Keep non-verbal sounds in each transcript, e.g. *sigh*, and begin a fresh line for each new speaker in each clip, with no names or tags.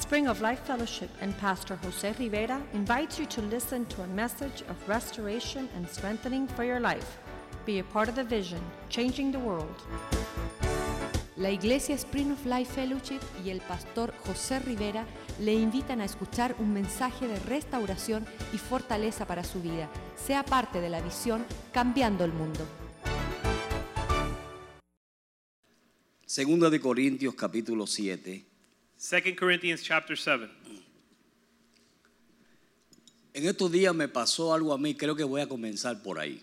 Spring of Life Fellowship and Pastor Jose Rivera invites you to listen to a message of restoration and strengthening for your life. Be a part of the vision, changing the world.
La Iglesia Spring of Life Fellowship y el pastor José Rivera le invitan a escuchar un mensaje de restauración y fortaleza para su vida. Sea parte de la visión Cambiando el Mundo.
Segunda de Corintios capítulo 7.
2 Corinthians chapter 7.
En estos días me pasó algo a mí, creo que voy a comenzar por ahí.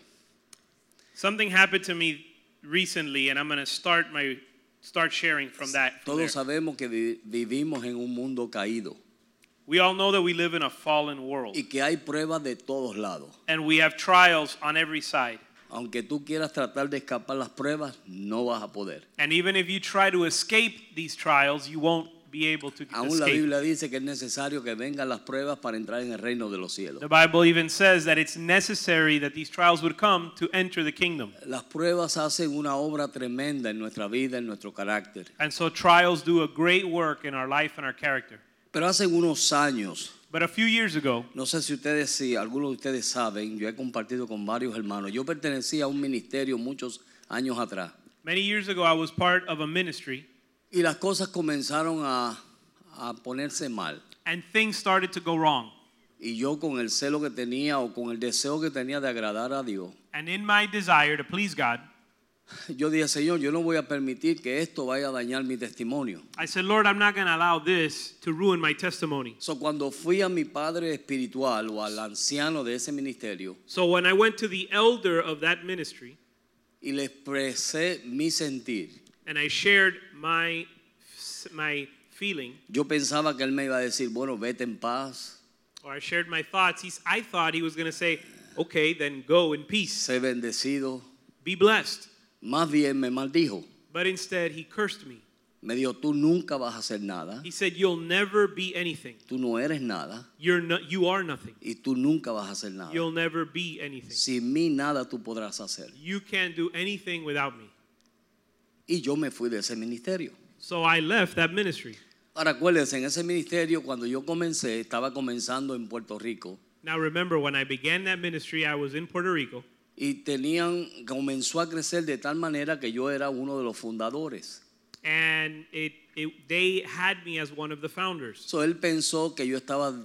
Something happened to me recently and I'm going to start my start sharing from that. from
Todos
there.
sabemos que vi- vivimos en un mundo caído
We all know that we live in a fallen world
y que hay pruebas de todos lados.
and we have trials on every side.
Aunque tú quieras tratar de escapar las pruebas, no vas a poder.
And even if you try to escape these trials, you won't be able to
Aún la
escape.
Biblia dice que es necesario que vengan las pruebas para entrar en el reino de los cielos.
The Bible even says that it's necessary that these trials would come to enter the kingdom.
Las pruebas hacen una obra tremenda en nuestra vida, en nuestro carácter.
And so trials do a great work in our life and our character.
Pero hace unos años,
But a few years ago,
no sé si ustedes, si algunos de ustedes saben, yo he compartido con varios hermanos. Yo pertenecía a un ministerio muchos años atrás
many years ago, I was part of a ministry
y las cosas comenzaron a, a ponerse mal.
and things started to go wrong.
Y yo con el celo que tenía o con el deseo que tenía de agradar a Dios,
And in my desire to please God,
yo dije, Señor, yo no voy a permitir que esto vaya a dañar mi testimonio.
I said, Lord, I'm not going to allow this to ruin my testimony.
So, cuando fui a mi padre espiritual o al anciano de ese ministerio
So when I went to the elder of that ministry
y le expresé mi sentir,
and I shared my, my feeling,
yo pensaba que él me iba a decir, bueno, vete en paz,
or I shared my thoughts, he's, I thought he was going to say, okay, then go in peace,
sé bendecido.
be blessed.
Más bien me maldijo.
But instead, he cursed me.
Me dijo, tú nunca vas a hacer nada,
He said, you'll never be anything.
tú no eres nada
You're no, you are nothing.
y tú nunca vas a hacer nada.
You'll never be anything.
Sin mí nada tú podrás hacer.
You can't do anything without me.
Y yo me fui de ese ministerio.
So I left that ministry.
Ahora acuérdense, en ese ministerio cuando yo comencé, estaba comenzando en Puerto Rico
Now remember, when I began that ministry, I was in Puerto Rico,
y tenían, comenzó a crecer de tal manera que yo era uno de los fundadores.
and it, it they had me as one of the founders.
So, él pensó que yo estaba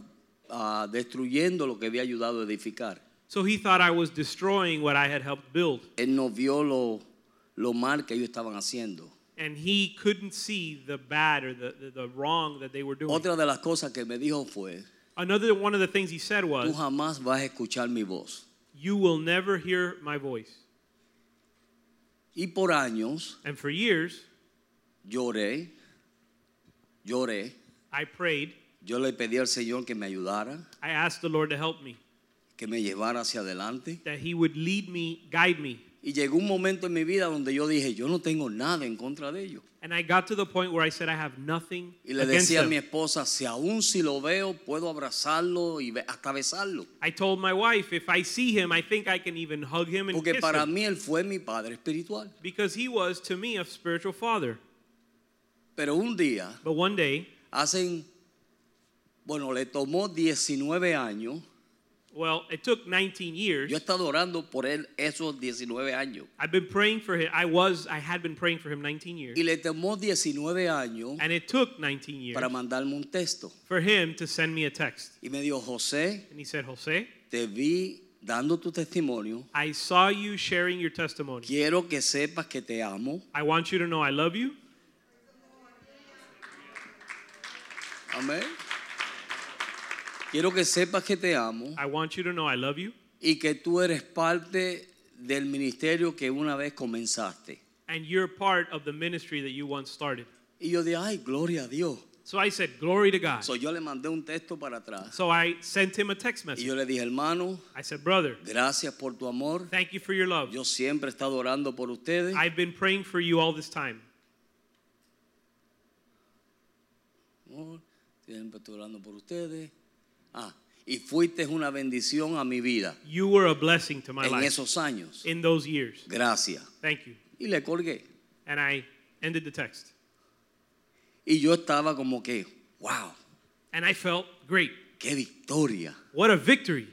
ah, destruyendo lo que había ayudado a edificar.
So he thought I was destroying what I had helped build,
Él no vio lo, lo mal que ellos estaban haciendo.
and he couldn't see the bad or the, the, the wrong that they were doing.
Otra de las cosas que me dijo fue,
Another one of the things he said
tú
was,
jamás vas a escuchar mi voz.
"You will never hear my voice."
Y por años
And for years,
lloré, lloré.
I prayed.
Yo le pedí al Señor que me ayudara,
I asked the Lord to help me,
que me llevara hacia adelante.
that He would lead me, guide me.
Y llegó un momento en mi vida donde yo dije, yo no tengo nada en contra de ellos.
And I got to the point where I said, "I have nothing
Y le
against
decía a mi
them."
esposa, si aún si lo veo, puedo abrazarlo y be- hasta besarlo.
I told my wife, "If I see him, I think I can even hug him and
Porque
kiss
para
him."
mí él fue mi padre espiritual.
because he was to me a spiritual father.
Pero un día,
But one day,
hacen, bueno, le tomó 19 años.
well, it took 19 years.
Yo he estado orando por él esos 19 años.
I've been praying for him. I was, I had been praying for him 19 years,
Y le tomó 19 años
and it took 19 years
para mandarme un texto.
for him to send me a text.
Y me dijo, José,
And he said, "Jose,
te vi dando tu testimonio.
I saw you sharing your testimony.
Quiero que sepas que te amo.
I want you to know I love you."
Amén. Quiero que sepas que te amo
I want you to know I love you
y que tú eres parte del ministerio que una vez comenzaste.
and you're part of the ministry that you once started.
Y yo dije, ay, gloria a Dios.
So I said, Glory to God.
So, yo le mandé un texto para atrás.
So I sent him a text
Y
message.
yo le dije, hermano,
I said, Brother,
gracias por tu amor.
thank you for your love.
Yo siempre he estado orando por ustedes.
I've been praying for you all this time.
Amor, Siempre estoy orando por ustedes. Ah, y fuiste una bendición a mi vida
You were a blessing to my
en
life
esos años.
in those years.
Gracias.
Thank you.
Y le colgué.
And I ended the text.
Y yo estaba como que, wow,
and I felt great.
¡Qué victoria!
What a victory!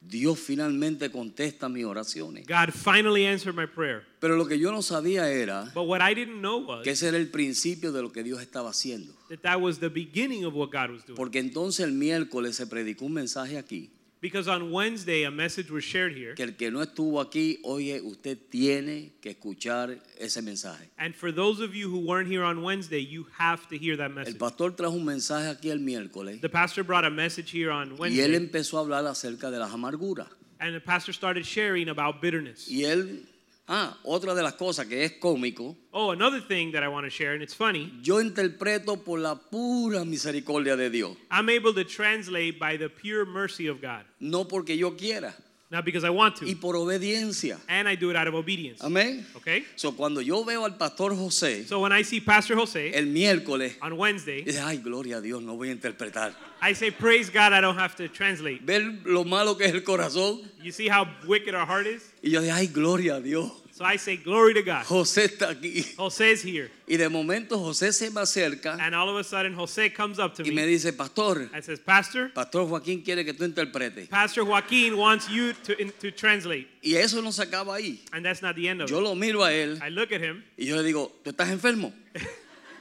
Dios finalmente contesta mis oraciones.
God finally answered my prayer.
Pero lo que yo no sabía era
But what I didn't know
que
was
ese era el principio de lo que Dios estaba haciendo.
that that was the beginning of what God was doing.
Porque entonces el miércoles se predicó un mensaje aquí,
Because on Wednesday, a message was shared here.
que el que no estuvo aquí, oye, usted tiene que escuchar ese mensaje.
And for those of you who weren't here on Wednesday, you have to hear
El
that message.
pastor trajo un mensaje aquí el miércoles
The pastor brought a message here on
y él
Wednesday,
empezó a hablar acerca de las amarguras.
and the pastor started sharing about bitterness.
Y él, ah, otra de las cosas que es cómico,
Oh, another thing that I want to share, and it's funny,
yo interpreto por la pura misericordia de Dios,
I'm able to translate by the pure mercy of God,
no porque yo quiera,
not because I want
y
to,
por obediencia.
and I do it out of obedience.
Amén.
Okay?
So, cuando yo veo al pastor José
So when I see Pastor Jose
el miércoles,
on Wednesday,
dice, ay, gloria a Dios, no voy a interpretar.
I say, Praise God, I don't have to translate.
Ver lo malo que es el corazón
You see how wicked our heart is?
y yo digo, ay, gloria a Dios,
So I say, Glory to God.
José está aquí.
Jose's here.
Y de momento José se me acerca
And all of a sudden, Jose comes up to
y me
me
dice, pastor,
and says, Pastor,
pastor Joaquín quiere que tú interpretes.
Pastor Joaquin wants you to, in, to translate.
Y eso no se acaba ahí.
And that's not the end of
Yo
it.
lo miro a él
I look at him
y yo le digo, ¿tú estás enfermo?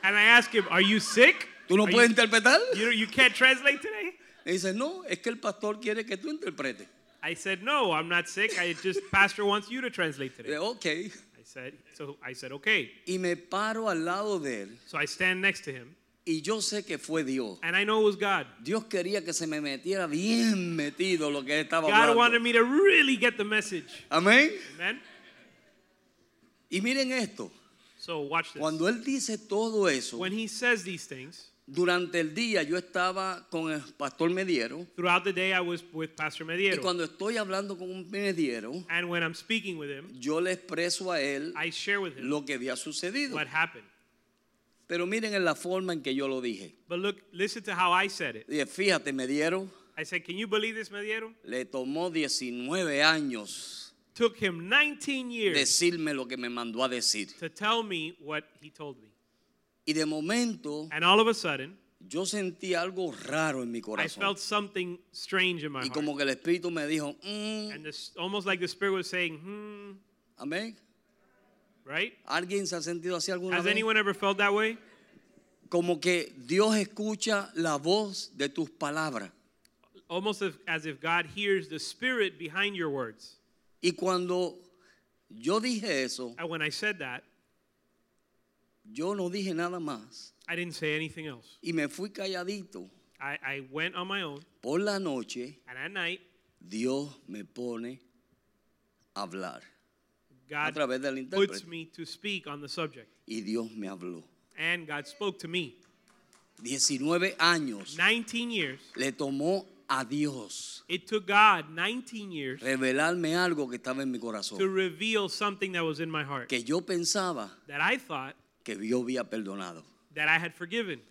and I ask him, Are you sick?
¿Tú no
Are
puedes
you,
interpretar?
you, you can't translate today?
Me dice, no, es que el pastor quiere que tú interpretes.
I said, No, I'm not sick. I just,
*laughs*
Pastor wants you to translate
Le
today.
digo, ok.
I said, So I said, Okay.
Y me paro al lado de él
So I stand next to him
y yo sé que fue Dios.
and I know it was God.
Dios quería que se me metiera bien metido lo que él estaba
God wanted
hablando.
me to really get the message.
Amén.
Amen?
Y miren esto.
So watch this.
Cuando él dice todo eso,
When he says these things,
durante el día yo estaba con el pastor Mediero.
throughout the day I was with Pastor
Y
Mediero.
cuando estoy hablando con un Mediero,
And when I'm speaking with him,
yo le expreso a él
I share with him
lo que había sucedido.
what happened.
Pero miren en la forma en que yo lo dije.
But look, listen to how I said it.
Dije, fíjate, Mediero,
I said, Can you believe this, Mediero?
le tomó 19 años
Took him 19 years
decirme lo que me mandó a decir.
to tell me what he told me.
Y de momento
And all of a sudden,
yo sentí algo raro en mi
I
corazón.
felt something strange in my
Y
heart.
como que el Espíritu me dijo, "Mm,
And this, almost like the Spirit was saying, Hmm,
amén.
right?
¿Alguien se ha sentido así alguna
Has
vez?
anyone ever felt that way?
Como que Dios escucha la voz de tus palabras.
Almost as, as if God hears the Spirit behind your words.
Y cuando yo dije eso,
And Uh, when I said that,
yo no dije nada más.
I didn't say anything else.
Y me fui calladito.
I, I went on my own,
Por la noche,
and at night,
Dios me pone a hablar a
God
través del
puts
intérprete.
me to speak on the subject.
Y Dios me habló.
And God spoke to me.
19 años
19 years.
le tomó a Dios
It took God 19 years
revelarme algo que estaba en mi
to
corazón.
reveal something that was in my heart
Que yo pensaba
that I thought
que Dios había perdonado.
that I had forgiven.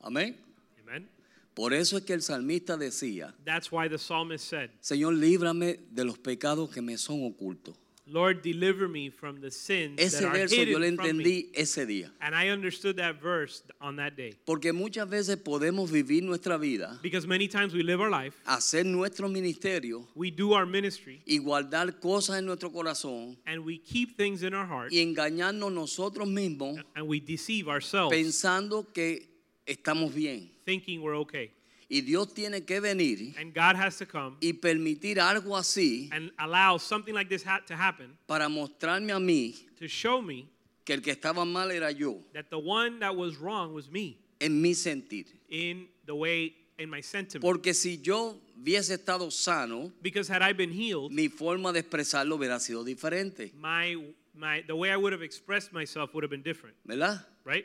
Amén.
Amen.
Por eso es que el salmista decía,
That's why the psalmist said,
Señor, líbrame de los pecados que me son ocultos.
Lord, deliver me from the sins that
Ese
are
verso yo lo
hidden from me.
entendí ese día.
And I understood that verse on that day.
Porque muchas veces podemos vivir nuestra vida,
Because many times we live our life,
hacer nuestro ministerio
we do our ministry,
y guardar cosas en nuestro corazón
and we keep things in our heart,
y engañarnos nosotros mismos
and we deceive ourselves
pensando que estamos bien.
thinking we're okay.
Y Dios tiene que venir
And God has to come
y permitir algo así
and allow something like this ha- to happen
para mostrarme a mí
to show me
que el que estaba mal era yo,
that the one that was wrong was me
en mi sentir.
in the way in my sentiment
Porque si yo hubiese estado sano,
because had i been healed
mi forma de expresarlo hubiera sido diferente,
my my the way i would have expressed myself would have been different
¿verdad?
right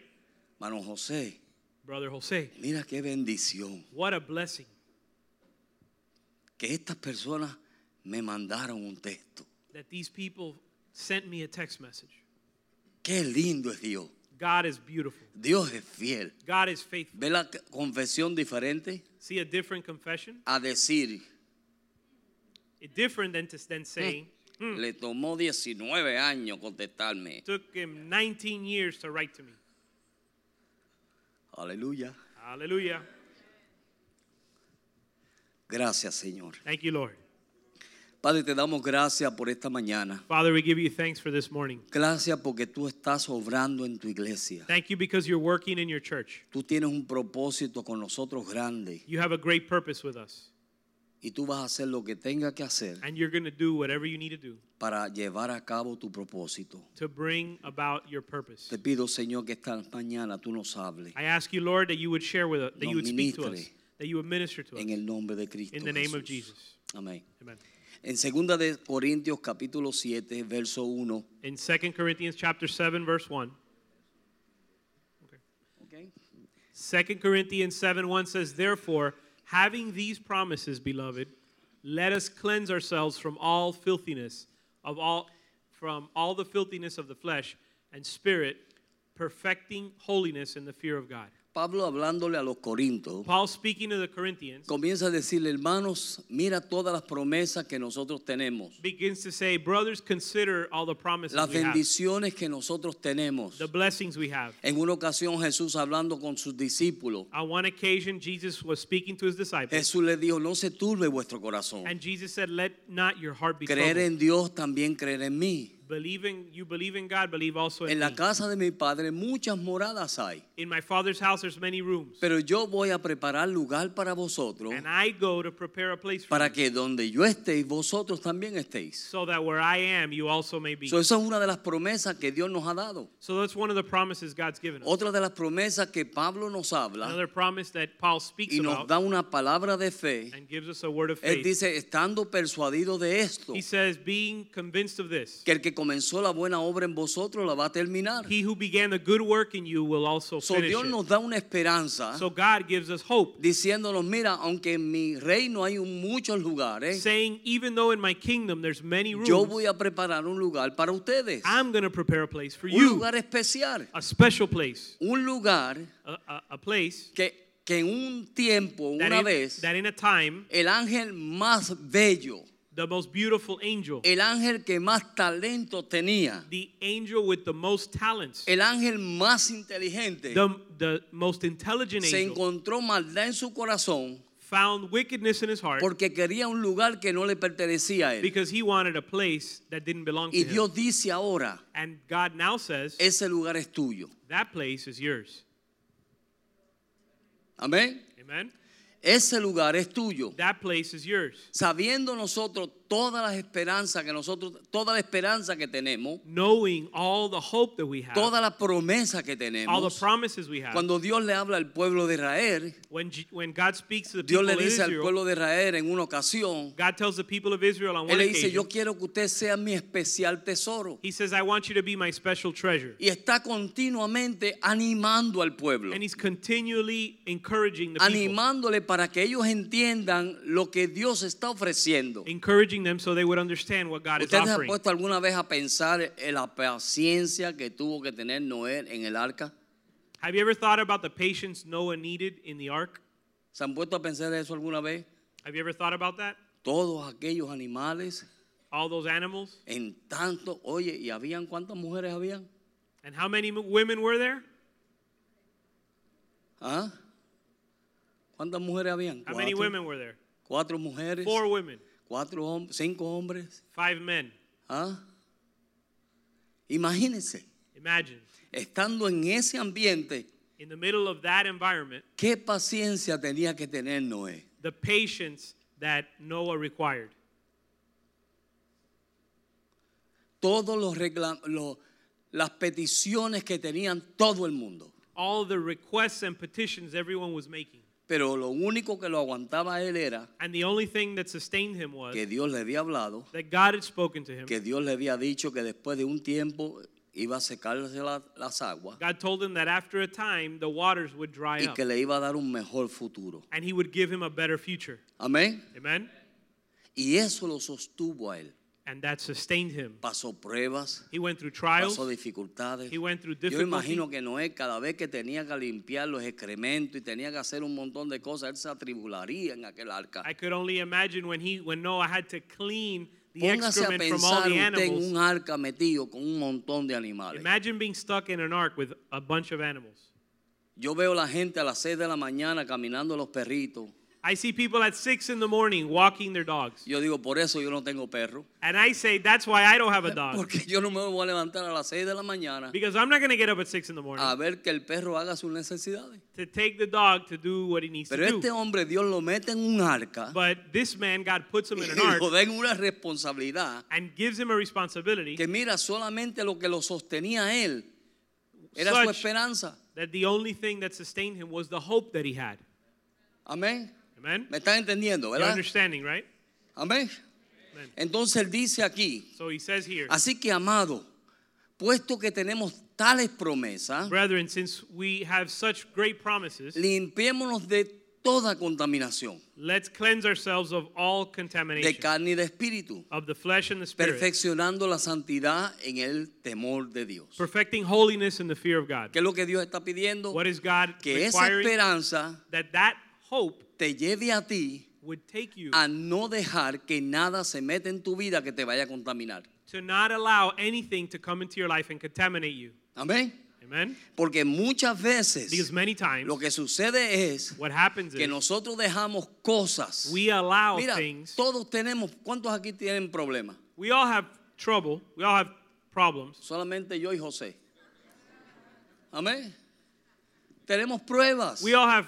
Mano José,
brother jose
mira qué bendición
what a blessing
que estas personas me mandaron un texto.
that these people sent me a text message
Qué lindo es Dios.
god is beautiful
Dios es fiel.
god is faithful
Ve la confesión diferente
see a different confession
a decir,
it different than to than saying "Hmm,
le tomó 19 años contestarme.
took him 19 years to write to me
Aleluya.
Hallelujah.
Gracias, Señor.
Thank you, Lord.
Padre, te damos gracias por esta mañana.
Father, we give you thanks for this morning.
Gracias porque tú estás obrando en tu iglesia.
Thank you because you're working in your church.
Tú tienes un propósito con nosotros grande
You have a great purpose with us,
y tú vas a hacer lo que tenga que hacer
and you're going to do whatever you need to do
para llevar a cabo tu propósito.
to bring about your purpose.
Te pido, Señor, que esta mañana tú nos hables
I ask you, Lord, that you would share with us, that you would speak to us,
Ministre.
that you would minister to us.
en el nombre de Cristo.
In the name of
Jesús.
Jesus.
Amén.
Amen.
En 2 de Corintios capítulo 7, verso 1.
In 2 Corinthians chapter 7 verse 1,
Okay.
2 Corinthians 7 1 says, Therefore, having these promises, beloved, let us cleanse ourselves from all filthiness, of all from all the filthiness of the flesh and spirit, perfecting holiness in the fear of God.
Pablo hablándole a los corintios
Paul speaking to the Corinthians
comienza a decirle, hermanos, mira todas las promesas que nosotros tenemos,
begins to say, Brothers, consider all the promises
las
we have,
bendiciones que nosotros tenemos.
the blessings we have.
En una ocasión Jesús hablando con sus discípulos,
On one occasion, Jesus was speaking to his disciples,
Jesús les dijo, no se turbe vuestro corazón.
and Jesus said, Let not your heart be
Creer
troubled.
en Dios también creer en mí.
Believe in, you believe in God, believe also in
En la
me.
casa de mi padre muchas moradas hay,
In my father's house there's many rooms.
pero yo voy a preparar lugar para vosotros
And I go to prepare a place for
para
you.
que donde yo estéis, vosotros también estéis.
So that where I am, you also may be.
So, esa es una de las promesas que Dios nos ha dado.
So that's one of the promises God's given us.
Otra de las promesas que Pablo nos habla
Another promise that Paul speaks
y nos da
about
una palabra de fe.
and gives us a word of
Él
faith.
dice, estando persuadido de esto,
He says, being convinced of this,
que el que comenzó la buena obra en vosotros la va a terminar.
he who began the good work in you will also
So,
finish
Dios
it.
nos da una esperanza
So God gives us hope,
diciéndonos, mira, aunque en mi reino hay un- muchos lugares,
saying, even though in my kingdom there's many
yo voy
rooms,
a preparar un lugar para ustedes.
I'm going to prepare a place for
Un
you,
lugar especial.
a special place,
Un lugar
a, a, a place
que, que en un tiempo,
that
una
in,
vez,
that in a time
el ángel más bello
the most beautiful angel,
el ángel que más talento tenía,
the angel with the most talents,
el ángel más inteligente,
the, the most intelligent
se
angel,
encontró maldad en su corazón
found wickedness in his heart
porque quería un lugar que no le pertenecía a él.
because he wanted a place that didn't belong to
Y
him.
Dios dice ahora,
And God now says,
ese lugar es tuyo.
that place is yours.
Amén.
Amen?
Ese lugar es tuyo.
That place is yours.
Sabiendo nosotros todas las esperanzas que nosotros, toda la esperanza que tenemos,
Knowing all the hope that we have,
toda la promesa que
all the
tenemos,
promises we have.
cuando Dios le habla al pueblo de Israel,
When, G- when God speaks to the
Dios
people
le
of
dice al
Israel,
pueblo de Israel en una ocasión,
God tells the people of Israel on
Él
one
le dice,
occasion,
yo quiero que usted sea mi especial tesoro.
he says, I want you to be my special treasure.
Y está continuamente animando al pueblo,
And he's continually encouraging the people.
animándole para que ellos entiendan lo que Dios está ofreciendo.
encouraging them so they would understand what God is
¿Ustedes han
offering.
puesto alguna vez a pensar en la paciencia que tuvo que tener Noé en el arca?
Have you ever thought about the patience Noah needed in the ark?
¿Se han puesto a pensar eso alguna vez?
Have you ever thought about that?
Todos aquellos animales
All those animals?
en tanto, oye, ¿y habían cuántas mujeres habían?
And how many m- women were there?
¿Ah? ¿Cuántas mujeres habían?
How many
Cuatro.
women were there?
Cuatro mujeres,
Four women,
cuatro hom- cinco hombres.
five men.
¿Ah? Imagínense,
Imagine,
estando en ese ambiente,
in the middle of that environment,
qué paciencia tenía que tener Noé.
the patience that Noah required.
Todos los recla- los- las peticiones que tenían todo el mundo.
All the requests and petitions everyone was making.
Pero lo único que lo aguantaba a él era
And the only thing that sustained him was
que Dios le había hablado,
that God had spoken to him.
que Dios le había dicho que después de un tiempo iba a secarse la- las aguas
God told him that after a time, the waters would dry
y
up
que le iba a dar un mejor futuro.
and he would give him a better future.
Amén.
Amen?
Y eso lo sostuvo a él.
And that sustained him.
Pasó pruebas,
He went through trials.
pasó dificultades.
He went through
Yo imagino
difficulty.
que Noé cada vez que tenía que limpiar los excrementos y tenía que hacer un montón de cosas, él se atribularía en aquel arca.
I could only imagine when he, when Noah had to clean the
Póngase a
excrement from all
pensar
the
usted en un
animals.
arca metido con un montón de animales.
Imagine being stuck in an ark with a bunch of animals.
Yo veo la gente a las 6 de la mañana caminando los perritos.
I see people at 6 in the morning walking their dogs.
Yo digo, por eso yo no tengo perro.
And I say, that's why I don't have a dog.
Porque yo no me voy a levantar a las 6 de la mañana
Because I'm not going to get up at 6 in the morning
a ver que el perro haga sus necesidades.
to take the dog to do what he needs
Pero
to
este
do.
hombre, Dios lo mete en un arca
But this man, God puts him in
*laughs*
an
y
ark
lo da en una responsabilidad
and gives him a responsibility
que mira, solamente lo que lo sostenía a él era su
Such-
esperanza.
that the only thing that sustained him was the hope that he had.
Amén.
Amen?
¿Me están entendiendo,
You're
verdad?
understanding, right?
Amén.
Amen.
Entonces él dice aquí,
So he says here,
así que amado, puesto que tenemos tales promesas,
brethren, since we have such great promises,
limpiémonos de toda contaminación,
let's cleanse ourselves of all
de
contamination
carne y de espíritu,
of the flesh and the spirit,
perfeccionando la santidad en el temor de Dios.
perfecting holiness in the fear of God.
¿Qué es lo que Dios está pidiendo?
What is God
Que esa
requiring?
esperanza
That that hope
te lleve a ti
would take you
a no dejar que nada se meta en tu vida que te vaya a contaminar.
to not allow anything to come into your life and contaminate you.
Amén.
Amen?
Porque muchas
Because
veces
many times
lo que sucede es
what happens
que
is
nosotros dejamos cosas.
we allow
Mira,
things.
todos tenemos, ¿cuántos aquí tienen problemas?
We all have trouble. We all have problems.
Solamente yo y José. Amén. Tenemos pruebas.
We all have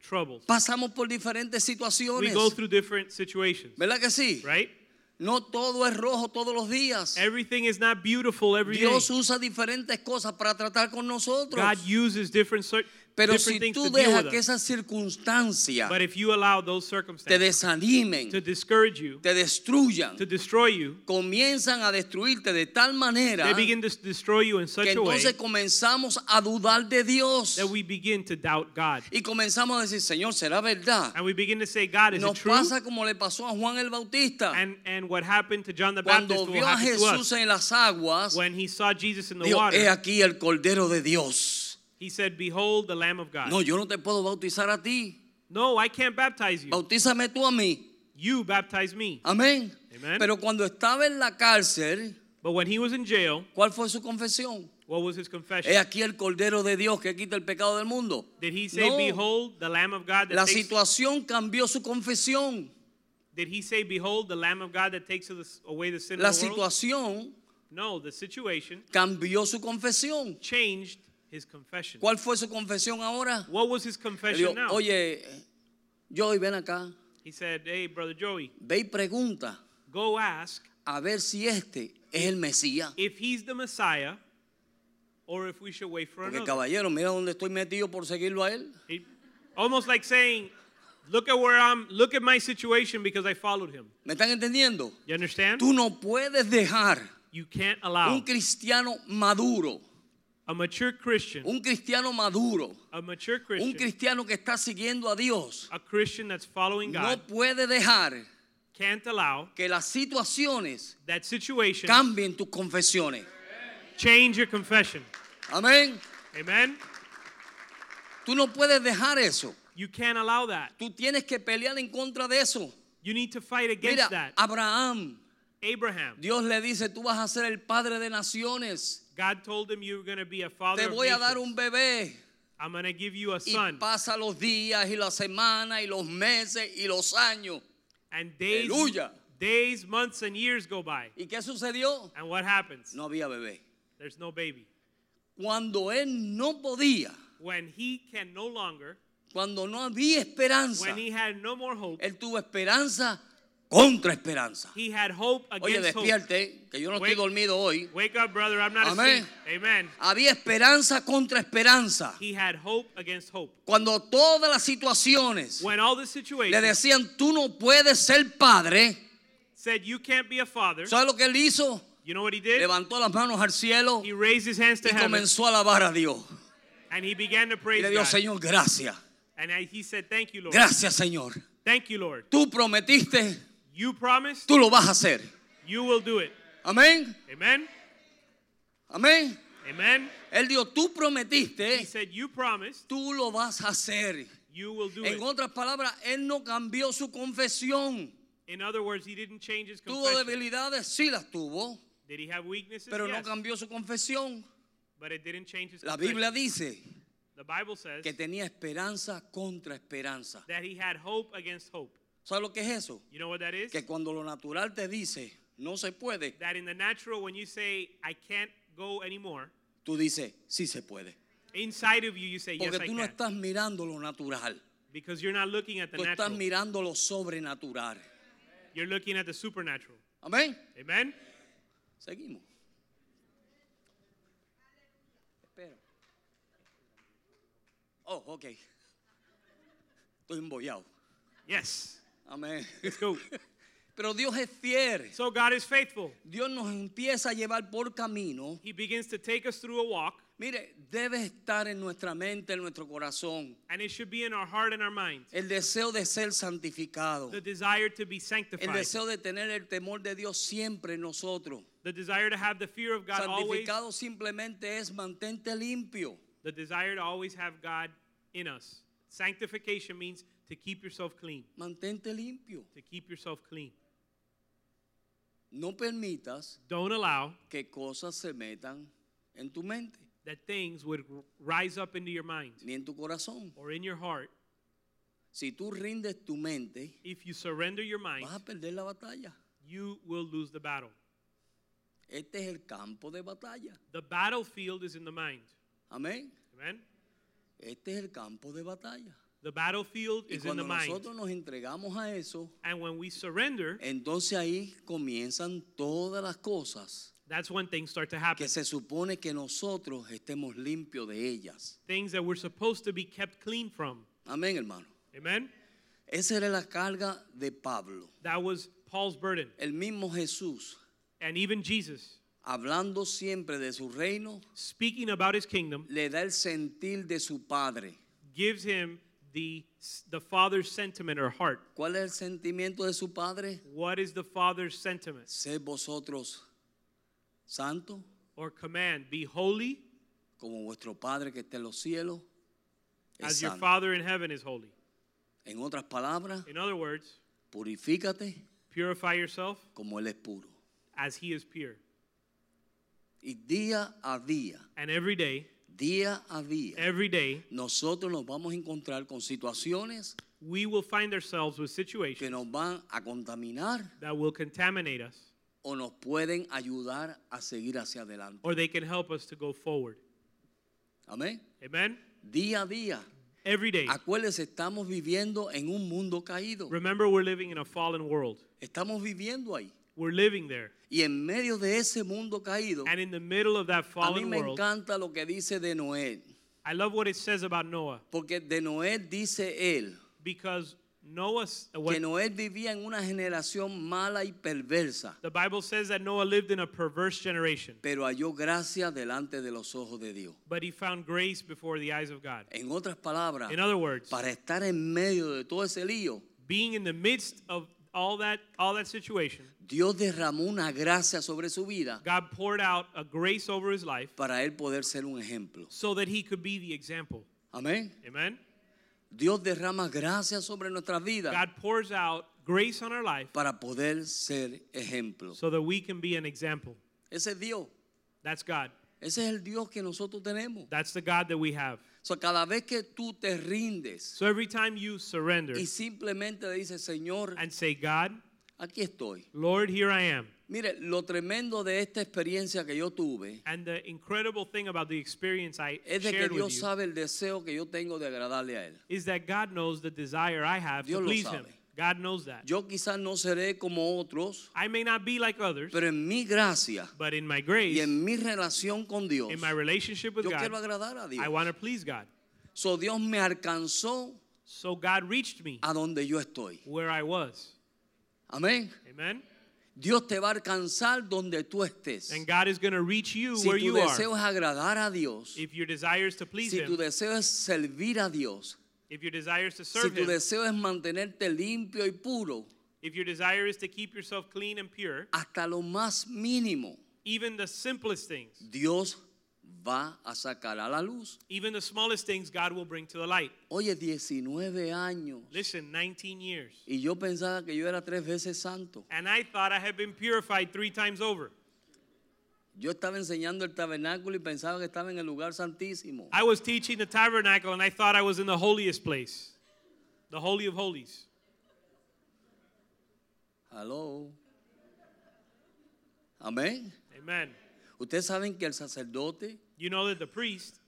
troubles.
Pasamos por diferentes
We
situaciones.
go through different situations,
¿Verdad que sí?
right?
No todo es rojo todos los días.
Everything is not beautiful every day.
Dios usa diferentes cosas para tratar con nosotros.
God uses different, cer-
Pero
different
si
things
tú
to deal
dejas
with
que
us.
esas circunstancias
But if you allow those
te
circumstances
desanimen,
to discourage you,
te destruyan,
to destroy you,
comienzan a destruirte de tal manera
they begin to s- destroy you in
que
such a way
entonces comenzamos a dudar de Dios
that we begin to doubt God.
y comenzamos a decir, Señor, ¿será verdad?
And we begin to say, God, is it
Nos
true?
pasa como le pasó a Juan el Bautista.
And, and what happened to John the
Cuando
Baptist will
vio a
happen to
Jesús
us.
en las aguas,
When he saw Jesus in the
dijo, he
water,
aquí el Cordero de Dios.
he said, Behold the Lamb of God.
No, yo no te puedo bautizar a ti.
No, I can't baptize you.
Bautízame tú a mí.
You baptize me.
Amén.
Amen.
Pero cuando estaba en la cárcel,
But when he was in jail,
¿cuál fue su confesión?
what was his confession?
He aquí el Cordero de Dios que quita el pecado del mundo.
Did he say,
No.
Behold the Lamb of God
La
that takes
situación cambió su confesión.
Did he say, Behold, the Lamb of God that takes of the- away the sin
La
of the world?
situación
No, the situation
cambió su confesión.
changed his confession.
¿Cuál fue su confesión ahora?
What was his
Le dijo,
confession now?
oye, Joey, ven acá.
He said, Hey, Brother Joey,
Ve y pregunta
go ask
a ver si este es el Mesías.
if he's the Messiah or if we should wait for
Porque
another.
caballero, mira dónde estoy metido por seguirlo a él.
It- almost like saying, Look at where I'm, look at my situation because I followed him.
¿Me están entendiendo?
You understand?
Tú no puedes dejar
You can't
un
allow
cristiano maduro,
a mature Christian,
un cristiano maduro,
a mature
un
Christian,
cristiano que está siguiendo a Dios,
a Christian that's following God,
no puede dejar
can't allow
que las situaciones
that situation
cambien tus confesiones.
change your confession.
Amén.
Amen.
Tú no puedes dejar eso.
You can't allow that.
Tú tienes que pelear en contra de eso.
You need to fight
Mira,
against that.
Abraham,
Abraham,
Dios le dice, tú vas a ser el padre de naciones.
God told him you were going to be a father
Te voy a
of
dar
nations.
un bebé.
I'm going to give you a
Y
son.
pasa los días y las semanas y los meses y los años.
And days,
Aleluya.
days, months, and years go by.
¿Y qué sucedió?
And what happens?
No había bebé.
There's no baby.
Cuando él no podía,
When he can no longer,
cuando no había esperanza,
when he had no more hope,
él tuvo esperanza contra esperanza.
he had hope
Oye,
against hope.
despierte, que yo no estoy
Wake-
dormido hoy.
Wake up, brother. I'm not
Amén.
asleep. Amen.
Había esperanza contra esperanza.
He had hope against hope.
Cuando todas las situaciones
When all the
le
situations
decían, tú no puedes ser padre,
said you can't be a father,
¿sabes lo que él hizo?
you know what he did?
Levantó las manos al cielo
He raised his hands
y
to heaven
comenzó a alabar a Dios.
and he began to
Y
praise
le dijo,
God.
Señor, gracias.
And I- he said, Thank you, Lord.
Gracias, Señor.
Thank you, Lord.
Tú prometiste,
You promised,
tú lo vas a hacer.
you will do it.
Amén.
Amen.
Amén.
Amen.
Él dijo, tú
He
prometiste,
said, You promised,
tú lo vas a hacer.
you will do it.
En otras palabras, él no cambió su confesión.
In other words, he didn't change his
Tuvo
confession.
debilidades, sí las tuvo,
Did he have weaknesses?
pero no
Yes.
cambió su confesión.
But it didn't change his
La
confession.
Biblia dice
The The Bible says
que tenía esperanza contra esperanza.
that he had hope against hope.
¿Sabes lo que es eso?
You know what that is?
Que cuando lo natural te dice no se puede,
That in the natural, when you say, I can't go anymore,
tú dices sí se puede.
inside of you, you say, Yes,
Porque
I
tú no
can.
estás mirando lo natural,
Because you're not looking at the
tú estás
natural,
mirando lo sobrenatural.
you're looking at the supernatural.
Amén.
Amen?
Seguimos. Espera. Oh, ok. Estoy embollado.
Yes.
Amén.
Let's
*laughs*
go.
Pero Dios es fiel.
So God is faithful.
Dios nos empieza a llevar por camino.
He begins to take us through a walk,
Mire, debe estar en nuestra mente, en nuestro corazón,
and it should be in our heart and our mind
el deseo de ser santificado,
the desire to be
el
sanctified,
deseo de tener el temor de Dios siempre en nosotros.
the desire to have the fear of God always,
Santificado simplemente es mantente limpio.
the desire to always have God in us. Sanctification means to keep yourself clean,
Mantente limpio.
to keep yourself clean.
No permitas
Don't allow
que cosas se metan en tu mente
that things would r- rise up into your mind
ni en tu corazón.
or in your heart.
Si tú rindes tu mente,
If you surrender your mind,
vas a perder la batalla.
you will lose the battle.
Este es el campo de batalla.
The battlefield is in the mind.
Amén.
Amen?
Este es el campo de batalla.
The battlefield
Y
is in the
cuando
mind.
nosotros nos entregamos a eso,
And when we surrender,
entonces ahí comienzan todas las cosas
that's when things start to happen.
que se supone que nosotros estemos limpios de ellas.
Things that we're supposed to be kept clean from.
Amén, hermano.
Amen?
Esa era la carga de Pablo.
That was Paul's burden.
El mismo Jesús,
And even Jesus,
hablando siempre de su reino,
speaking about his kingdom,
le da el sentir de su Padre.
gives him the, the Father's sentiment or heart.
¿Cuál es el sentimiento de su Padre?
What is the Father's sentiment
Sed vosotros santos,
or command? Be holy
como vuestro Padre que está en los cielos. Es
as your
santo.
Father in heaven is holy.
En otras palabras,
In other words,
purifícate
purify yourself
como Él es puro.
as he is pure.
Y día a día,
And every day,
día a día,
every day,
nosotros nos vamos a encontrar con situaciones
we will find ourselves with
que
situations
nos van a contaminar
that will contaminate us
o nos pueden ayudar a seguir hacia adelante.
or they can help us to go forward.
Amén.
Amen?
Día a día.
Every day.
Acuérdense, estamos viviendo en un mundo caído.
Remember, we're living in a fallen world.
Estamos viviendo ahí.
We're living there.
Y en medio de ese mundo caído,
And in the middle of that
a mí
fallen
me
world,
encanta lo que dice de Noé.
I love what it says about Noah
Porque de Noé dice él
because Noah, s-
que
what,
Noé vivía en una generación mala y perversa,
the Bible says that Noah lived in a perverse generation,
pero halló gracia delante de los ojos de Dios.
but he found grace before the eyes of God.
En otras palabras,
In other words,
para estar en medio de todo ese lío,
being in the midst of all that all that situation,
Dios derramó una gracia sobre su vida
God poured out a grace over his life
para él poder ser un ejemplo.
so that he could be the example.
Amén.
Amen.
Dios derrama gracia sobre nuestras vidas
God pours out grace on our life
para poder ser ejemplo.
so that we can be an example.
Ese es Dios.
That's God.
Ese es el Dios que nosotros tenemos.
That's the God that we have.
O sea, cada vez que tú te rindes
So every time you surrender
y simplemente le dices, Señor,
and say, God,
aquí estoy.
Lord, here I am.
Mire, lo tremendo de esta experiencia que yo tuve
And the incredible thing about the experience I
es de que
shared
Dios
with you
sabe el deseo que yo tengo de agradarle a Él.
is that God knows the desire I have
Dios
to
lo
please
sabe.
Him. God knows that.
Yo quizás no seré como otros,
I may not be like others,
pero en mi gracia
but in my grace,
y en mi relación con Dios,
in my relationship with
yo quiero
God,
agradar a Dios.
I want to please God.
So Dios me alcanzó
So God reached me
a donde yo estoy.
where I was.
Amén.
Amen.
Dios te va a alcanzar donde tú estés.
And God is going to reach you
Si
where
tu
you
deseo
are.
es agradar a Dios,
If your desire is to please
si tu
Him,
deseo es servir a Dios,
if your desire is to
si
serve
tu
Him,
deseo es mantenerte limpio y puro
if your desire is to keep yourself clean and pure,
hasta lo más mínimo,
even the simplest things,
Dios va a sacar a la luz.
even the smallest things, God will bring to the light.
Oye, 19 años
Listen, 19 years.
y yo pensaba que yo era tres veces santo.
And I thought I had been purified three times over.
Yo estaba enseñando el tabernáculo y pensaba que estaba en el lugar santísimo.
I was teaching the tabernacle and I thought I was in the holiest place, the Holy of Holies.
Hello. Amén.
Amen.
Ustedes saben que el sacerdote
You know that the priest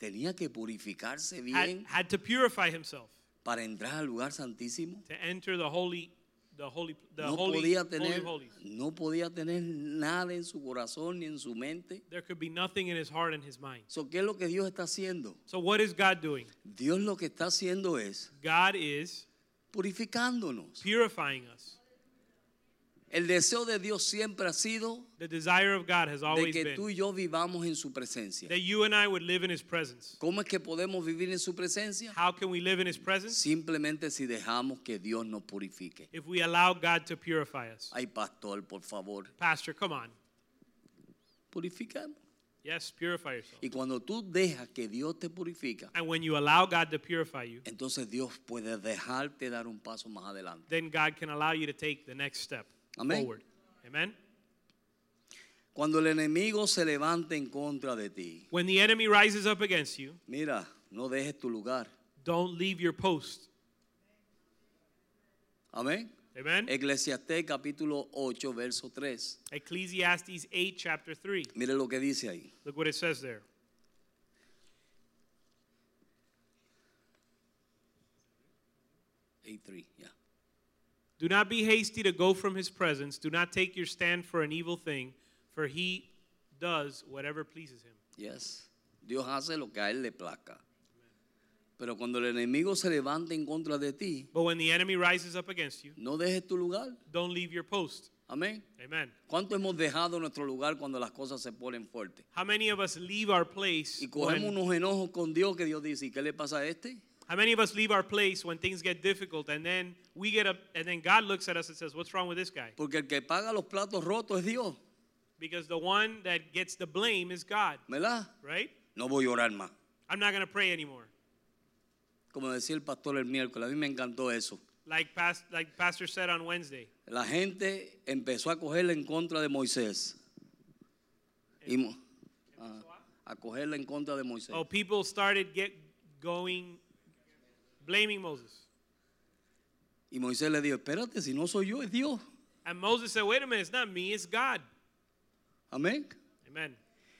tenía que purificarse
had,
bien
had to purify himself
para entrar al lugar santísimo.
to enter the holy, the holy, the
No
holy,
podía
holy
tener
of holies.
no podía tener nada en su corazón ni en su mente.
There could be nothing in his heart and his mind.
So, ¿qué es lo que Dios está haciendo?
So what is God doing?
Dios lo que está haciendo es
God is
purificándonos.
purifying us.
El deseo de Dios siempre ha sido
The desire of God has
de
always
que tú
been
y yo vivamos en su presencia.
that you and I would live in his presence.
¿Cómo es que podemos vivir en su presencia?
How can we live in his presence?
Simplemente si dejamos que Dios nos purifique.
If we allow God to purify us.
Ay, pastor, por favor,
Pastor, come on.
purificamos.
Yes, purify yourself.
Y cuando tú dejas que Dios te purifica,
And when you allow God to purify you,
entonces Dios puede dejarte dar un paso más adelante.
then God can allow you to take the next step
Amén.
forward. Amen.
Cuando el enemigo se levante en contra de ti,
When the enemy rises up against you,
mira, no dejes tu lugar.
don't leave your post.
Amén.
Amen.
Eclesiastés capítulo 8, verso 3.
Ecclesiastes 8, chapter 3.
Mire lo que dice ahí.
Look what it says there.
Eight, three, ya.
Do not be hasty to go from his presence. Do not take your stand for an evil thing, for he does whatever pleases him.
Yes. Dios hace lo que a él le placa. Pero cuando el enemigo se levante en contra de ti,
But when the enemy rises up against you,
no dejes tu lugar.
don't leave your post.
Amén.
Amen.
¿Cuánto hemos dejado nuestro lugar cuando las cosas se ponen fuertes?
How many of us leave our place?
Y cogemos
When,
unos enojos con Dios que Dios dice, ¿y qué le pasa a este?
how many of us leave our place when things get difficult, and then we get up, and then God looks at us and says, "What's wrong with this guy?"
Porque el que paga los platos rotos es Dios,
Because the one that gets the blame is God,
¿verdad?
right?
No voy a orar más.
I'm not gonna pray anymore.
Como decía el pastor el miércoles, a mí me encantó eso.
Like past, like Pastor said on Wednesday,
La gente empezó a cogerla en contra de Moisés. Y mo- a, a cogerla en contra de Moisés.
oh, people started get going, blaming Moses.
Y Moisés le dijo, espérate, si no soy yo, es Dios.
And Moses said, wait a minute, it's not me, it's God.
Amén.
Amen.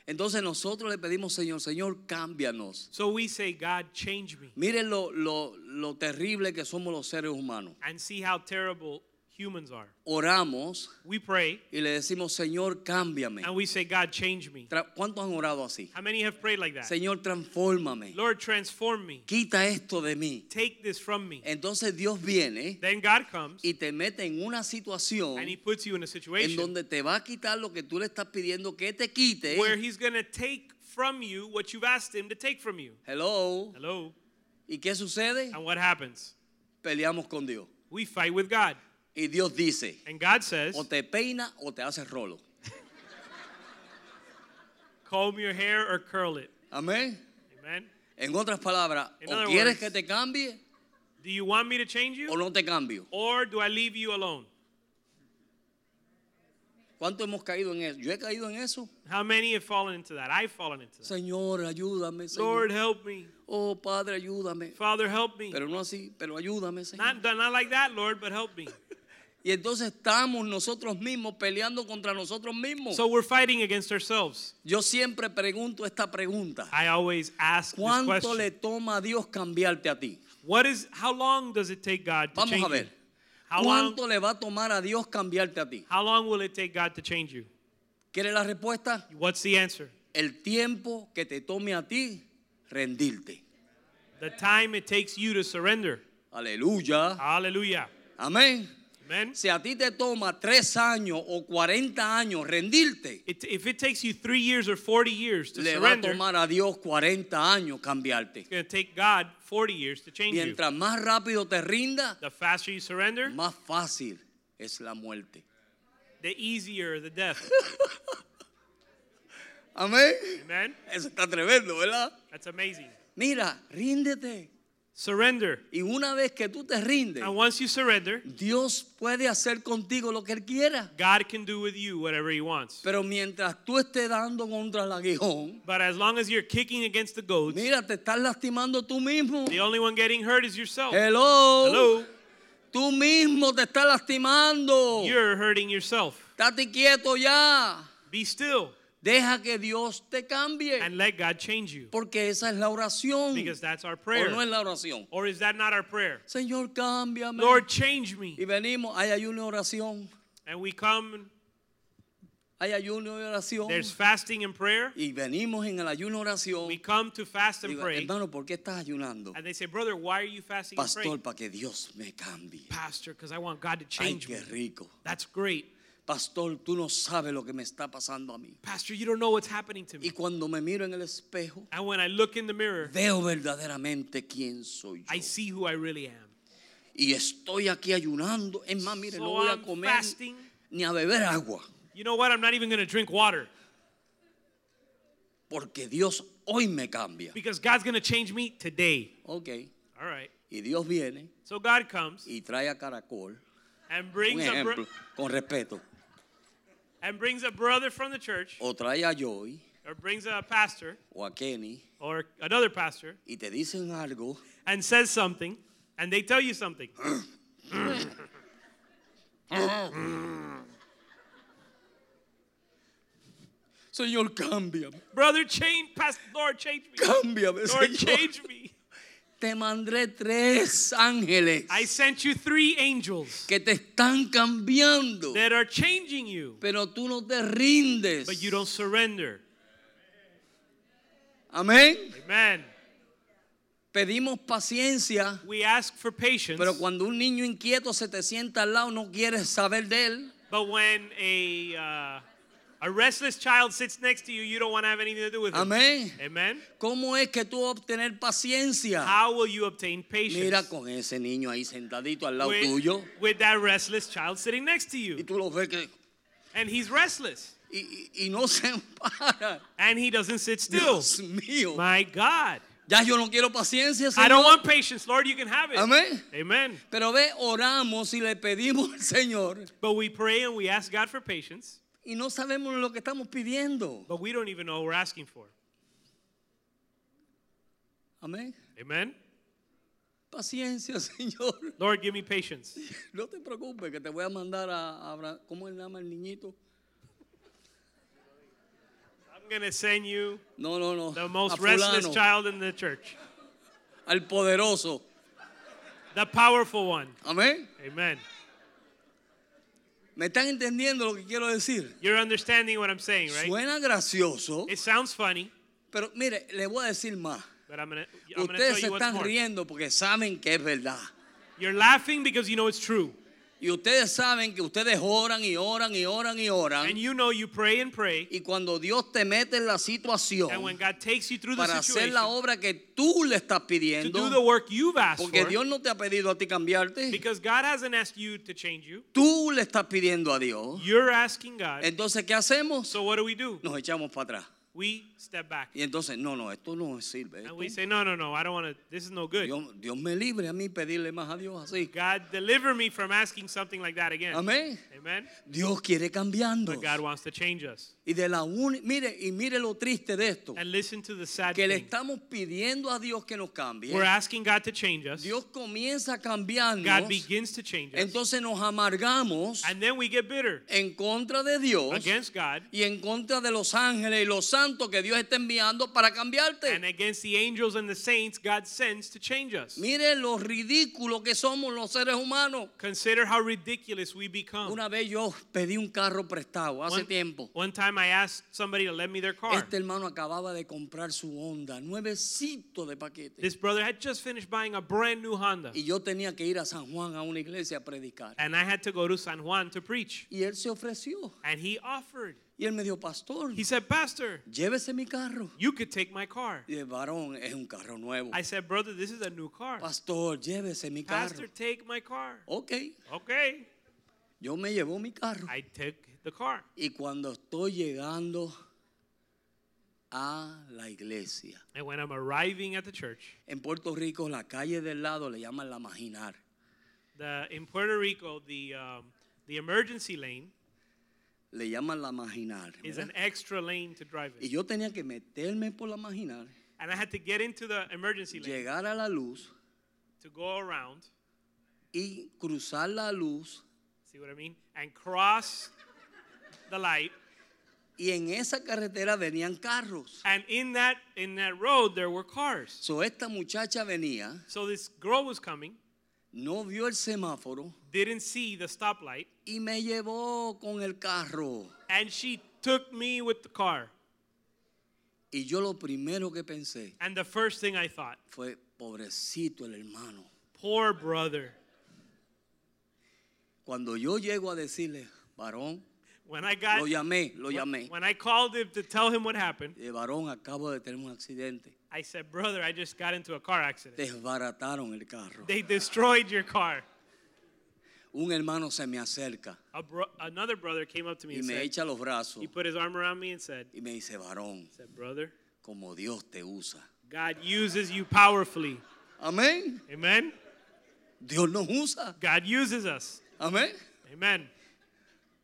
Entonces nosotros le pedimos, Señor, Señor, cámbianos.
So we say, God, change me.
Miren lo, lo- lo terrible que somos los seres humanos.
And see how terrible humans are.
Oramos
We pray
y le decimos, Señor, cámbiame.
and we say, God, change me.
Tra- ¿Cuántos han orado así?
How many have prayed like that?
Señor, transfórmame.
Lord, transform me.
Quita esto de mí.
Take this from me.
Entonces Dios viene
Then God comes
y te mete en una situación
and He puts you in a
en
situation
donde te va a quitar lo que tú le estás pidiendo que te quite.
where He's going to take from you what you've asked Him to take from you.
Hello.
Hello?
¿Y qué sucede?
And what happens?
Peleamos con Dios.
We fight with God.
Y Dios dice,
And God says,
o te peina o te hace rolo.
comb your hair or curl it.
Amén.
Amen.
En otras palabras,
In
o
other
quieres
words,
que te cambie
Do you want me to change
o
you?
no te cambio.
Or do I leave you alone?
¿Cuánto hemos caído en eso? Yo he caído en eso.
How many have fallen into that? I've fallen into that.
Señor, ayúdame, Señor.
Lord, help me.
Oh, Padre, ayúdame.
Father, help me.
Pero no así, pero ayúdame, Señor.
Not, not like that, Lord, but help me.
Y entonces estamos nosotros mismos peleando contra nosotros mismos.
So we're fighting against ourselves.
Yo siempre pregunto esta pregunta.
I always ask this
¿Cuánto le
question.
toma a Dios cambiarte a ti?
What is, how long does it take God to
Vamos
change
a
you?
ver.
How long,
¿Cuánto le va a tomar a Dios cambiarte a ti?
how long will it take God to change you?
¿Quieres la respuesta?
What's the answer?
El tiempo que te tome a ti rendirte.
The time it takes you to surrender.
Aleluya.
Hallelujah.
Amén.
Amen.
Si a ti te toma tres años o 40 años rendirte,
It, if it takes you three years or 40 years to
le va a
surrender, it's
tomar a Dios 40 años cambiarte.
going to take God 40 years to change you.
Mientras más rápido te rinda,
The faster you surrender,
más fácil es la muerte.
the easier the death. *laughs*
Amén.
Amen.
Eso está tremendo, ¿verdad?
That's amazing.
Mira, ríndete.
Surrender.
Y una vez que tú te rindes,
And once you surrender,
Dios puede hacer contigo lo que Él quiera.
God can do with you whatever He wants.
Pero mientras tú estés dando contra el aguijón,
But as long as you're kicking against the goats,
mira, te estás lastimando tú mismo.
the only one getting hurt is yourself.
Hello.
Hello.
Tú mismo te estás lastimando.
You're hurting yourself.
Estate quieto ya.
Be still
Deja que Dios te cambie.
and let God change you
Porque esa es la oración.
because that's our
O
prayer.
no es la oración.
Or is that not our prayer?
Señor, cámbiame.
Lord, change
Y
me.
venimos, hay ayuno y oración.
And we come,
Hay ayuno y oración.
there's fasting and prayer.
Y venimos en el ayuno y oración.
We come to fast and
Digo,
pray.
hermano, ¿por qué estás ayunando?
And they say, Brother, why are you fasting and
Pastor,
praying?
para que Dios me cambie.
Pastor, because I want God to
Ay,
change me.
qué rico.
That's great.
Pastor, tú no sabes lo que me está pasando a mí.
Pastor, you don't know what's happening to
Y
me.
cuando me miro en el espejo,
And when I look in the mirror,
veo verdaderamente quién soy
I
yo.
see who I really am.
Y estoy aquí ayunando. Es más, mire, no
So
voy a
I'm
comer
fasting.
ni a beber agua.
You know what? I'm not even going to drink water
Porque Dios hoy me cambia.
because God's going to change me today.
Ok.
All right.
Y Dios viene
So God comes
y trae a Caracol.
and
Un
brings a bro-
ejemplo, con respeto.
and brings a brother from the church
O trae a Joy
or brings a pastor
o a Kenny
or another pastor
y te dicen algo.
and says something and they tell you something.
Mm. Señor, cámbiame.
Brother, change, Pastor, Lord, change
*laughs*
me.
Cámbiame,
Lord,
Señor.
change me.
Te mandé tres ángeles
I sent you three angels
que te están cambiando,
that are changing you,
pero tú no te rindes.
but you don't surrender.
Amén.
Amen.
Pedimos paciencia,
We ask for patience,
pero cuando un niño inquieto se te sienta al lado, no quieres saber de él.
but when a uh, a restless child sits next to you, you don't want to have anything to do with him.
Amén.
Amen.
¿Cómo es que tú vas a obtener paciencia?
How will you obtain patience
Mira con ese niño ahí sentadito al lado tuyo
with, with that restless child sitting next to
y
you?
tú lo ves que
And he's restless,
y, y- y no se
*laughs*
para.
and he doesn't sit still.
Dios mío.
My God.
Ya yo no quiero paciencia,
I don't
Señor.
want patience, Lord. You can have it.
Amén.
Amen.
Pero ve, oramos y le pedimos al Señor
But we pray and we ask God for patience,
y no sabemos lo que estamos pidiendo.
but we don't even know what we're asking for.
Amén.
Amen.
Paciencia, *laughs* Señor.
Lord, give me patience.
No te preocupes que te voy a mandar a, a Abra- ¿cómo él llama el niñito?
I'm going to send you
No, no, no.
the most
a
restless
fulano,
child in the church,
al poderoso.
the powerful one.
Amén.
Amen.
¿Me están entendiendo lo que quiero decir?
You're understanding what I'm saying, right?
Suena gracioso,
It sounds funny,
pero mire, le voy a decir más.
but I'm going to I'm going to
Ustedes
tell
se
you what's
están
more.
riendo porque saben que es verdad.
You're laughing because you know it's true.
Y ustedes saben que ustedes oran y oran y oran y oran.
And you know you pray and pray,
Y cuando Dios te mete en la
and when
situación
God takes you through
para
the
hacer
situation
la obra que tú le estás
to
pidiendo,
do the work you've asked
porque
for,
Dios no te ha pedido a ti cambiarte,
because God hasn't asked you to change you,
tú le estás pidiendo a Dios.
you're asking God.
Entonces, ¿qué hacemos?
So what do we do?
Nos echamos para atrás.
We step back.
Y entonces, no, no, esto no sirve.
And
esto-
we say, no, no, no, I don't want to, this is no good.
Dios, Dios me libre a mí pedirle más a Dios así.
God, deliver me from asking something like that again.
Amén.
Amen.
Dios quiere cambiando.
But God wants to change us.
Y de la uni- mire, y mire lo triste de esto.
And listen to the sad
Que le
thing.
estamos pidiendo a Dios que nos cambie.
We're asking God to change us.
Dios comienza a cambiarnos.
God begins to change us.
Entonces nos amargamos
And then we get bitter
en contra de Dios
against God
y en contra de los ángeles y los santos que Dios está enviando para
and
cambiarte.
against the angels and the saints God sends to change us.
Mire lo ridículo que somos los seres humanos.
Consider how ridiculous we become.
Una vez yo pedí un carro prestado hace
One,
tiempo.
one time I asked somebody to lend me their car.
Este hermano acababa de comprar su Honda, nuevecito de paquete.
This brother had just finished buying a brand new Honda.
Y yo tenía que ir a San Juan a una iglesia a predicar.
And I had to go to San Juan to preach.
Y él se ofreció.
And he offered.
Y él me dijo, pastor,
He said, Pastor,
llévese mi carro.
you could take my car.
Y el varón es un carro nuevo.
I said, Brother, this is a new car.
Pastor, llévese mi
Pastor,
carro.
take my car.
Ok,
Okay.
yo me llevo mi carro.
I took the car.
Y cuando estoy llegando a la iglesia.
And when I'm arriving at the church,
En Puerto Rico la calle del lado le llaman la Maginar.
the, in Puerto Rico, the, um, the emergency lane
Le llaman la Maginar.
is
¿verdad?
an extra lane to drive
Y
in.
yo tenía que meterme por la Maginar,
And I had to get into the emergency lane
llegar a la luz
to go around,
y cruzar la luz.
see what I mean? And cross the light.
Y en esa carretera venían carros.
And in that, in that road, there were cars.
So esta muchacha venía,
So this girl was coming,
no vio el semáforo
didn't see the stoplight,
y me llevó con el carro.
and she took me with the car.
Y yo lo primero que pensé
And the first thing I thought,
fue, pobrecito el hermano.
poor brother.
Cuando yo llego a decirle, varón,
When I got
lo llamé, lo llamé.
when I called him to tell him what happened,
Eh, varón, acabo de tener un accidente.
I said, "Brother, I just got into a car accident.
Desbarataron el carro.
They destroyed your car."
Un hermano se me acerca
A bro- another brother came up to me
y
and
me
said,
echa los brazos
he put his arm around me and said,
y me dice, varón,
said, "Brother,
como Dios te usa.
God uses you powerfully.
Amén.
Amen.
Dios nos usa.
God uses us.
Amén.
Amen.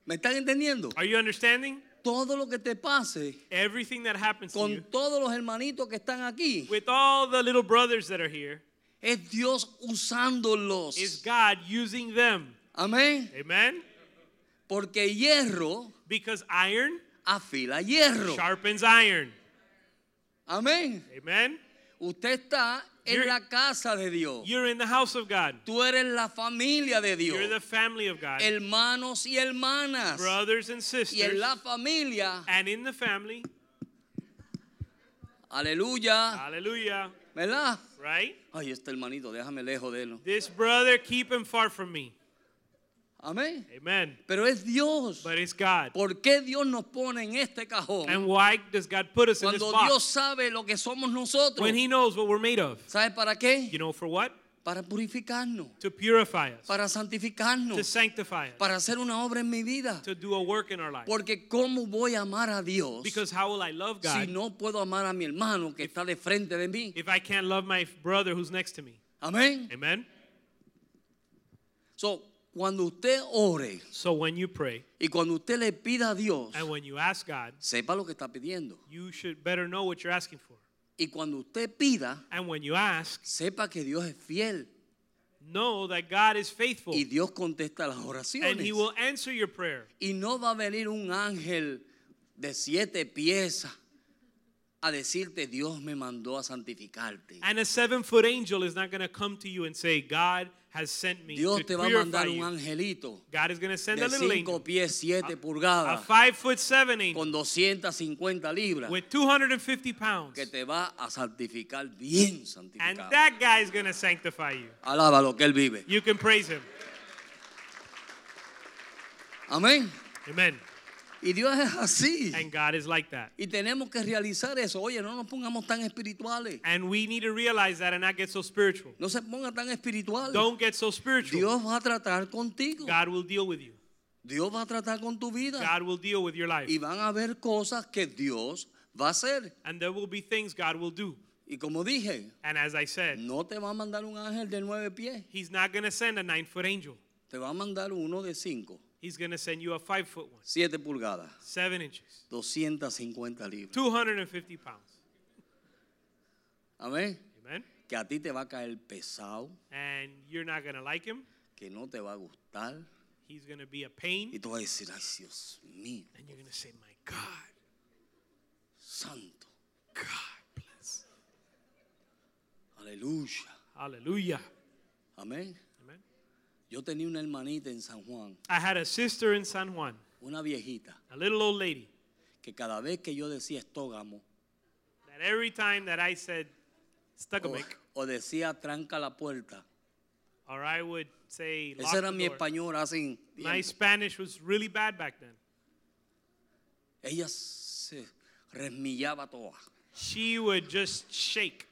¿Me están entendiendo?
Are you understanding?
Todo lo que te pase
Everything that happens to you
con todos los hermanitos que están aquí
with all the little brothers that are here
es Dios usándolos.
is God using them.
Amén.
Amen.
Porque hierro
Because iron
afila hierro.
sharpens iron.
Amén.
Amen.
Usted está en
You're-
la casa de Dios.
You're in the house of God.
Tú eres la familia de Dios.
You're the family of God.
Hermanos y hermanas.
Brothers
Y
and
en
sisters.
la familia.
And in the family.
Aleluya.
Hallelujah.
¿Verdad?
Right?
Ay, este hermanito, déjame lejos de él.
This brother, keep him far from me.
Amén.
Amen.
Pero es Dios.
But it's God.
¿Por qué Dios nos pone en este
And
cajón?
why does God put us in this
Cuando Dios
box?
sabe lo que somos nosotros.
When he knows what we're made of.
¿Sabe para qué?
You know, for what?
Para purificarnos,
To purify us.
para
To
santificarnos,
sanctify us.
para hacer una obra en mi vida.
To do a work in our life.
Porque ¿cómo voy a amar a Dios
Because how will I love
si
God
no puedo amar a mi hermano que está de frente de mí?
if I can't love my brother who's next to me?
Amén.
Amen.
So, cuando usted ore
So when you pray
y cuando usted le pida a Dios,
and when you ask God,
sepa lo que está pidiendo.
you should better know what you're asking for.
Y cuando usted pida,
And when you ask,
sepa que Dios es fiel
know that God is faithful
y Dios contesta las
Oh. and
oraciones.
he will answer your prayer.
Y no va a venir un ángel de siete pies a decirte, Dios me mandó a santificarte.
And a seven foot angel is not going to come to you and say, God has sent me.
Dios
to
te va a
purify
mandar un
you."
angelito
God is going to send a
de
little
cinco
angel,
pies, siete
a
pulgadas,
five foot seven angel
con 250 libras,
with 250 pounds.
que te va a santificar bien
And
santificado.
that guy is going to sanctify you.
Alaba lo que Él vive.
You can praise him.
Amén.
Amen.
Y Dios es así.
And God is like that.
Y tenemos que realizar eso. Oye, no nos pongamos tan espirituales.
And we need to realize that and not get so spiritual.
No se ponga tan espiritual.
Don't get so spiritual.
Dios va a tratar contigo.
God will deal with you.
Dios va a tratar con tu vida.
God will deal with your life.
Y van a haber cosas que Dios va a hacer.
And there will be things God will do.
Y como dije,
And as I said,
no te va a mandar un ángel de nueve pies.
He's not going to send a nine foot angel.
Te va a mandar uno de cinco,
He's going to send you a five foot one,
siete pulgadas,
seven inches,
250 libras.
250 pounds.
Amén.
Amen.
Que a ti te va a caer pesado,
And you're not going to like him.
que no te va a gustar.
He's going to be a
Y
pain.
tú vas a decir, ay Dios mío,
And you're going to say, My God,
santo,
God bless.
aleluya.
Hallelujah.
Amén.
Amen.
Yo tenía una hermanita en San Juan,
I had a sister in San Juan,
una viejita,
a little old lady,
que cada vez que yo decía estógamo
that every time that I said,
o,
Stuckamick,
o decía tranca la puerta,
or I would say, Lock
ese era mi
the door.
español así. tiempo.
My Spanish was really bad back then.
Ella se resmillaba toda.
She would just shake.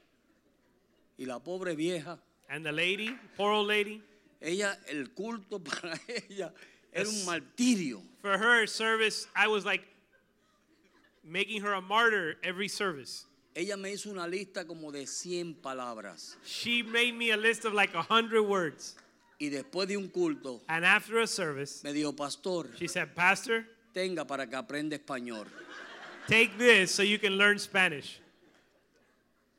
Y la pobre vieja,
And the lady, poor old lady,
ella, el culto *laughs* para ella era
Es-
un martirio.
for her service, I was like, making her a martyr every service.
Ella me hizo una lista como de 100 palabras.
She made me a list of like a hundred words.
Y después de un culto,
And after a service,
me dijo, pastor,
she said, Pastor,
tenga para que aprenda español.
take this so you can learn Spanish.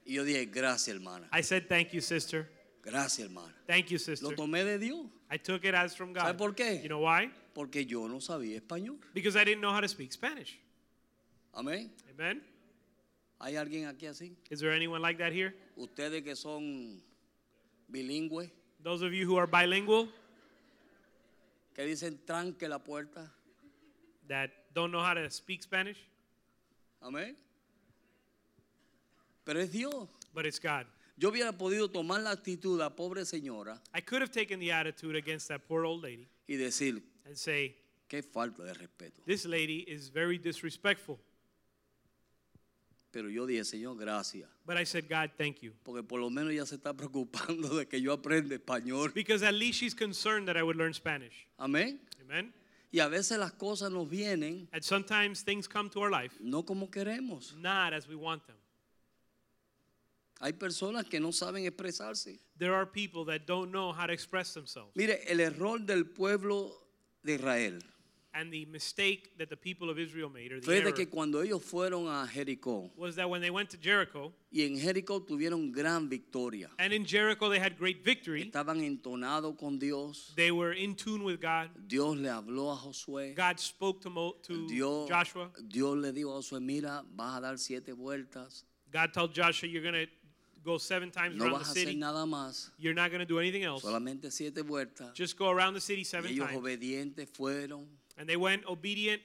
Y yo dije, gracias hermana,
I said, Thank you, sister.
gracias hermana.
Thank you,
Lo
sister.
tomé de Dios
I took it as from God.
¿Sabe por qué?
You know why?
porque yo no sabía español.
Because I didn't know how to speak Spanish.
Amén.
Amen.
¿Hay alguien aquí así?
Is there anyone like that here?
Ustedes que son bilingües,
Those of you who are bilingual
que dicen tranque la puerta.
that don't know how to speak Spanish,
Amén. Pero es Dios.
but it's God.
Yo hubiera podido tomar la actitud de la pobre señora
I could have taken the attitude against that poor old lady
y decir,
and say,
qué falta de respeto.
This lady is very disrespectful.
Pero yo dije, Señor, gracias.
But I said, God, thank you.
Porque por lo menos ella se está *laughs* preocupando de que yo aprenda español.
Because at least she's concerned that I would learn Spanish.
Amén.
Amen.
Y a veces las cosas nos vienen
And sometimes things come to our life
no como queremos.
not as we want them.
Hay personas que no saben expresarse.
There are people that don't know how to express themselves.
Mire, el error del pueblo de Israel
And the mistake that the people of Israel made, or the
fue
error,
de que cuando ellos fueron a Jericó,
was that when they went to Jericho,
y en Jericó tuvieron gran victoria,
and in Jericho they had great victory,
estaban entonados con Dios.
they were in tune with God.
Dios le habló a Josué.
God spoke to, Mo, to
Dios,
Joshua.
Dios le dijo a Josué, mira, vas a dar siete vueltas,
God told Joshua, You're going to go seven times
no
around the
vas a hacer
city.
nada más,
You're not going to do anything else.
solamente siete vueltas.
Just go around the city
Y
seven
ellos
times.
obedientes fueron
And they went obedient,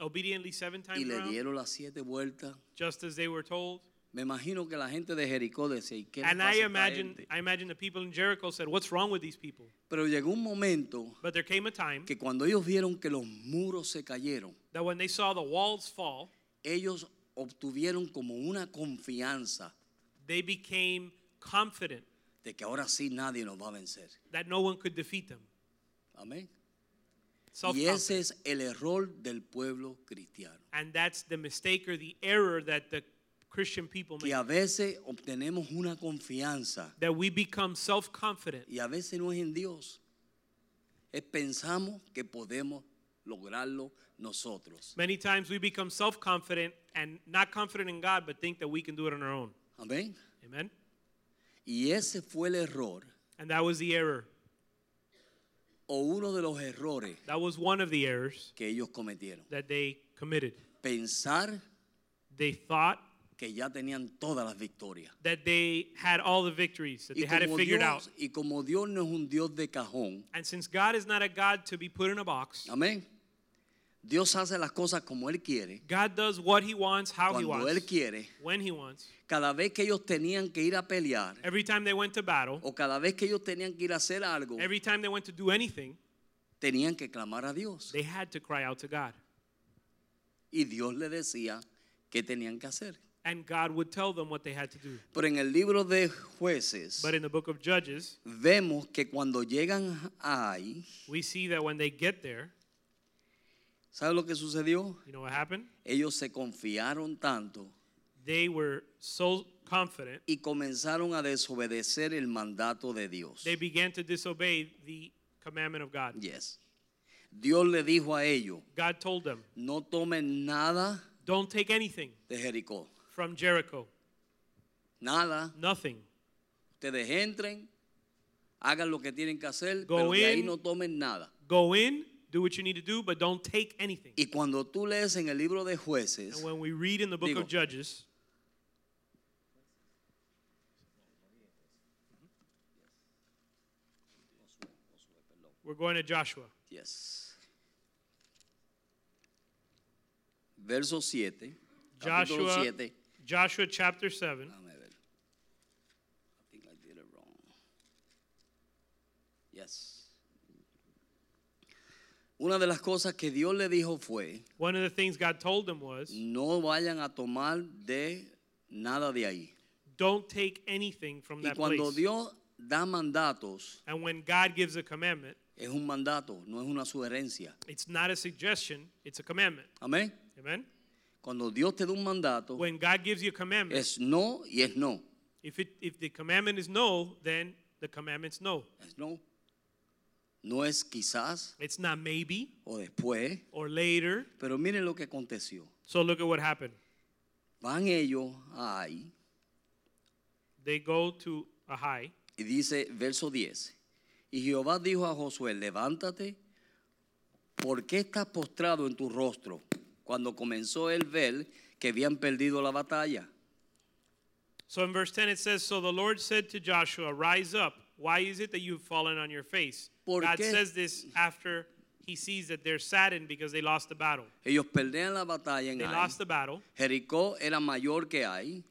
obediently seven
y
times
le
around,
dieron las siete vueltas.
just as they were told.
Me imagino que la gente de Jericó decía, "¿Y qué le
And
pasa a
I
esta
imagine,
gente?"
I imagine the people in Jericho said, "What's wrong with these people?"
Pero llegó un momento
But there came a time
que cuando ellos vieron que los muros se cayeron,
that when they saw the walls fall,
ellos obtuvieron como una confianza
they became confident
de que ahora sí nadie nos va a vencer.
that no one could defeat them.
Amén. Y
Self-confidence.
ese es el error del pueblo cristiano.
And that's the mistake or the error that the Christian people
Que
make.
a veces obtenemos una confianza
That we become self-confident.
y a veces no es en Dios. Es pensamos que podemos lograrlo nosotros.
Many times we become self-confident and not confident in God, but think that we can do it on our own.
Amén.
Amen.
Y ese fue el error
And that was the error.
o uno de los errores
That was one of the errors
que ellos cometieron.
that they committed.
Pensar
They thought
que ya tenían todas las victorias.
that they had all the victories, that
Y
they had it
como,
figured out.
Dios, y como Dios no es un Dios de cajón,
And since God is not a God to be put in a box,
amén. Dios hace las cosas como Él quiere,
God does what He wants, how He
cuando
wants,
Él quiere.
when He wants.
Cada vez que ellos tenían que ir a pelear,
Every time they went to battle,
o cada vez que ellos tenían que ir a hacer algo,
every time they went to do anything,
tenían que clamar a Dios.
they had to cry out to God.
Y Dios le decía qué tenían que hacer.
And God would tell them what they had to do.
Pero en el libro de jueces,
But in the book of Judges,
vemos que cuando llegan ahí,
we see that when they get there,
¿sabe lo que sucedió?
you know what happened?
Ellos se confiaron tanto
They were so confident,
y comenzaron a desobedecer el mandato de Dios.
they began to disobey the commandment of God.
Yes. Dios le dijo a ellos,
God told them,
no tomen nada
Don't take anything
de Jericó.
from Jericho,
Nada.
nothing.
Ustedes entren, hagan lo que tienen que hacer,
Go
pero de ahí
in.
no tomen nada.
Go in, do what you need to do, but don't take anything.
Y cuando tú lees en el libro de jueces,
And when we read in the book
Digo.
of Judges, we're going to Joshua,
yes. verso 7, capítulo
Joshua,
7,
Joshua chapter 7.
Déjame ver. I think I did it wrong. Yes. Una de las cosas que Dios le dijo fue,
One of the things God told them was,
no vayan a tomar de nada de ahí.
don't take anything from
Y
that
cuando
place.
Dios da mandatos,
And when God gives a commandment,
es un mandato, no es una sugerencia.
it's not a suggestion, it's a commandment.
Amén.
Amen?
Cuando Dios te da un mandato,
When God gives you a commandment,
es no y es no.
if, it, if the commandment is no, then the commandment's no.
Es no. No es quizás
It's not maybe
o después.
or later.
Pero miren lo que aconteció.
So look at what happened.
Van ellos ahí
They go to Ahai,
y dice verso 10. Y Jehová dijo a Josué, levántate, ¿por qué estás postrado en tu rostro? Cuando comenzó él ver que habían perdido la batalla.
So in verse 10 it says, So the Lord said to Joshua, Rise up. Why is it that you've fallen on your face?
¿Por
God
qué?
says this after he sees that they're saddened because they lost the battle.
Ellos perdían la batalla en
They
Ai.
lost the battle.
Jericó era mayor que Ai.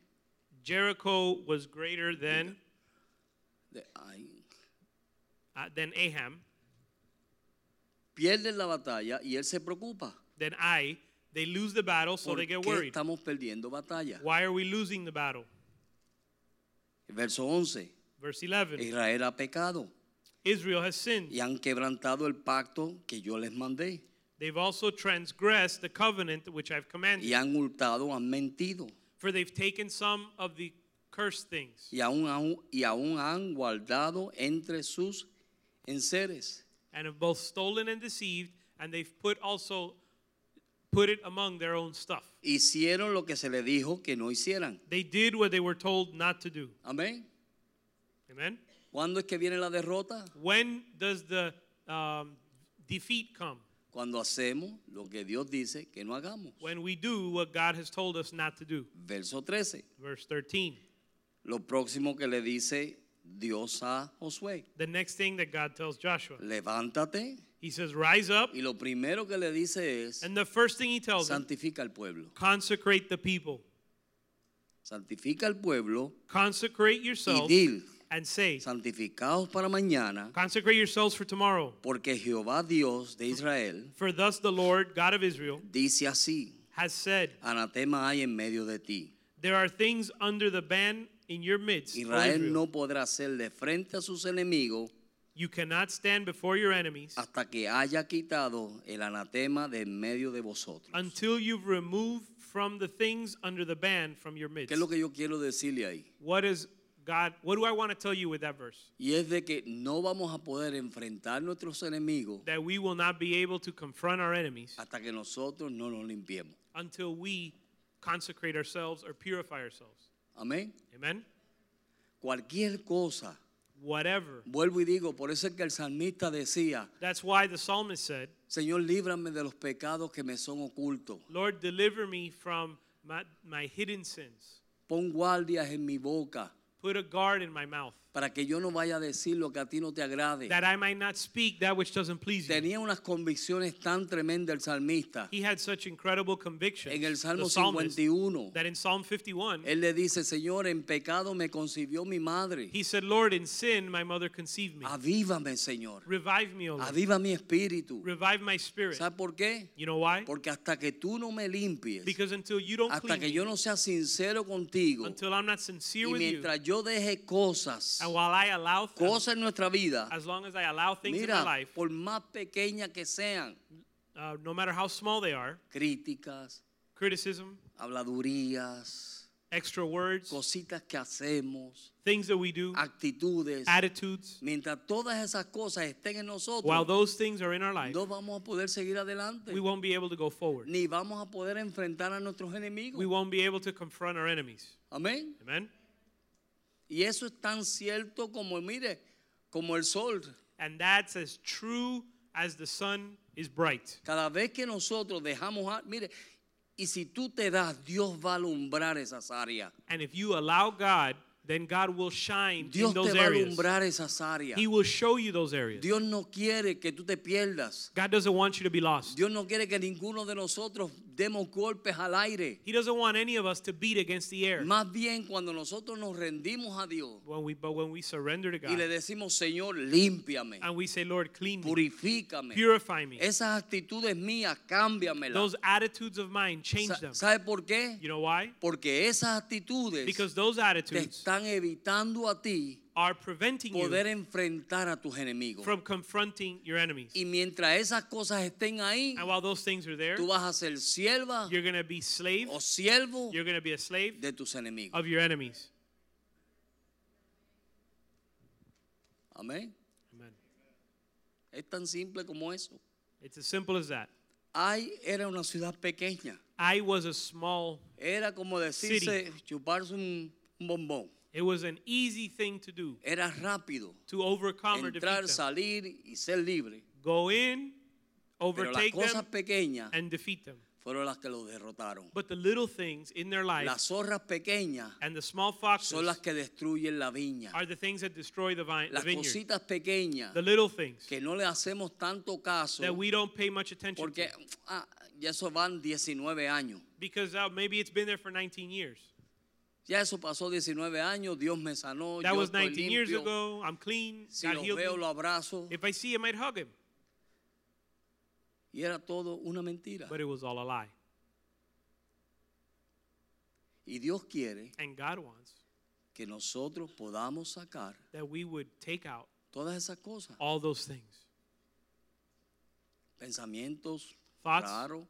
Jericho was greater than,
De Ai.
uh, than Aham,
Pierden la batalla y él se preocupa.
than I. They lose the battle, so
¿Por
they
qué
get worried.
estamos perdiendo batalla?
Why are we losing the battle?
Verso 11.
Verse 11
Israel ha pecado
Israel has sinned.
y han quebrantado el pacto que yo les mandé.
They've also transgressed the covenant which I've commanded,
y han hurtado, han mentido
for they've taken some of the cursed things.
y aún, aún- y aún han guardado entre sus enseres.
and have both stolen and deceived, and they've put also put it among their own stuff.
Hicieron lo que se les dijo que no hicieran.
They did what they were told not to do.
Amén.
Amen.
¿Cuándo es que viene la derrota?
When does the um, defeat come?
Cuando hacemos lo que Dios dice que no hagamos.
When we do what God has told us not to do.
Verso 13.
Verse 13.
Lo próximo que le dice Dios a Josué.
The next thing that God tells Joshua,
Levántate.
He says, "Rise up,"
Y lo primero que le dice es,
and the first thing He tells them,
santifica al pueblo.
"Consecrate the people.
Santifica al pueblo
Consecrate
y
yourselves,
dil,
and say,
santificaos para mañana,
consecrate yourselves for tomorrow.
Porque Jehová Dios de Israel
For thus the Lord God of Israel
dice así,
has said."
anatema hay en medio de ti.
There are things under the ban in your midst. O
Israel
Israel.
no podrá hacerle frente a sus enemigos
You cannot stand before your enemies
hasta que haya quitado el anatema de en medio de vosotros.
until you've removed from the things under the ban from your midst.
¿Qué es lo que yo quiero decirle ahí?
What is God? What do I want to tell you with that verse?
Y es de que no vamos a poder enfrentar nuestros enemigos
That we will not be able to confront our enemies
hasta que nosotros no nos limpiemos.
until we consecrate ourselves or purify ourselves.
Amén.
Amen.
Cualquier cosa,
Whatever.
vuelvo y digo, por eso es que el salmista decía,
That's why the psalmist said,
Señor, líbrame de los pecados que me son ocultos.
"Lord, deliver me from my, my hidden sins.
Pon guardias en mi boca.
Put a guard in my mouth."
para que yo no vaya a decir lo que a ti no te agrade.
that I might not speak that which doesn't please you.
Tenía unas convicciones tan tremendas el salmista.
He had such incredible conviction.
En el Salmo
the psalmist,
51,
that in Psalm 51,
él le dice, Señor, en pecado me concibió mi madre.
he said, Lord, in sin my mother conceived me.
Avívame, Señor.
Revive me, O Lord.
Aviva mi espíritu.
Revive my spirit.
¿Sabes por qué?
You know why?
Porque hasta que tú no me limpies,
Because until you don't
hasta
clean
que yo no sea sincero contigo,
me, until I'm not
y
sincere with you,
mientras yo deje cosas,
and while I allow things,
cosas en nuestra vida,
as long as I allow things in my
mira,
life,
por más pequeñas que sean,
uh, no matter how small they are,
críticas,
criticism,
habladurías,
extra words,
cositas que hacemos,
things that we do,
actitudes,
attitudes,
mientras todas esas cosas estén en
while
nosotros,
those things are in our life,
no vamos a poder seguir adelante,
we won't be able to go forward.
ni vamos a poder enfrentar a nuestros
we
enemigos.
won't be able to confront our enemies.
Amén.
Amen.
Y eso es tan cierto como, mire, como el sol.
And that's as true as the sun is bright.
Cada vez que nosotros dejamos, a- mire, y si tú te das, Dios va a alumbrar esas áreas.
And if you allow God, then God will shine
Dios
in
te
those
va a
areas.
alumbrar esas áreas.
He will show you those areas.
Dios no quiere que tú te pierdas.
God doesn't want you to be lost.
Dios no quiere que ninguno de nosotros demos golpes al aire.
He doesn't want any of us to beat against the air.
Más bien cuando nosotros nos rendimos a Dios
When we, but when we surrender to
y le
God
decimos, Señor, límpiame,
and we say, Lord, clean me,
purifícame.
purify me.
Esas actitudes mías, cámbiamelas.
Those attitudes of mine, change
Sa-
them.
¿Sabe por qué?
You know why?
Porque esas actitudes
Because those
te
attitudes
están evitando a ti
are preventing
poder
you
enfrentar a tus enemigos.
from confronting your enemies.
Y mientras esas cosas estén ahí,
And while those things are there,
tú vas a Oh. ser sierva
you're going to be slave.
o siervo
You're going to be a slave
de tus enemigos.
of your enemies.
Amén.
Amen.
Es tan simple como eso.
It's as simple as that.
Ay era una ciudad pequeña.
I was a small.
Era como decirse chuparse un, un bombón.
It was an easy thing to do
Era rápido.
to overcome or
Entrar,
defeat them.
salir y ser libre.
Go in,
Pero las
overtake
cosas
them,
pequeñas
and defeat them.
fueron las que lo derrotaron.
But the little things in their
Las
life
zorras pequeñas
and the small
son las
foxes
que destruyen la viña.
are the things that destroy the, vine, the
Las
vineyard.
cositas pequeñas
The little things
que no le hacemos tanto caso
that we don't pay much attention to
porque ah, ya eso van 19 años.
because uh, maybe it's been there for 19 years.
Ya eso pasó 19 años, Dios me sanó,
That
yo
was
estoy
19 years
limpio.
ago. I'm clean.
Si
God
lo
healed
veo,
me.
lo abrazo.
If I see him, I'd hug him.
Y era todo una mentira.
But it was all a lie.
Y Dios quiere
And God wants
que nosotros podamos sacar
that we would take out
todas esas cosas.
all those things.
Pensamientos
Thoughts.
raros,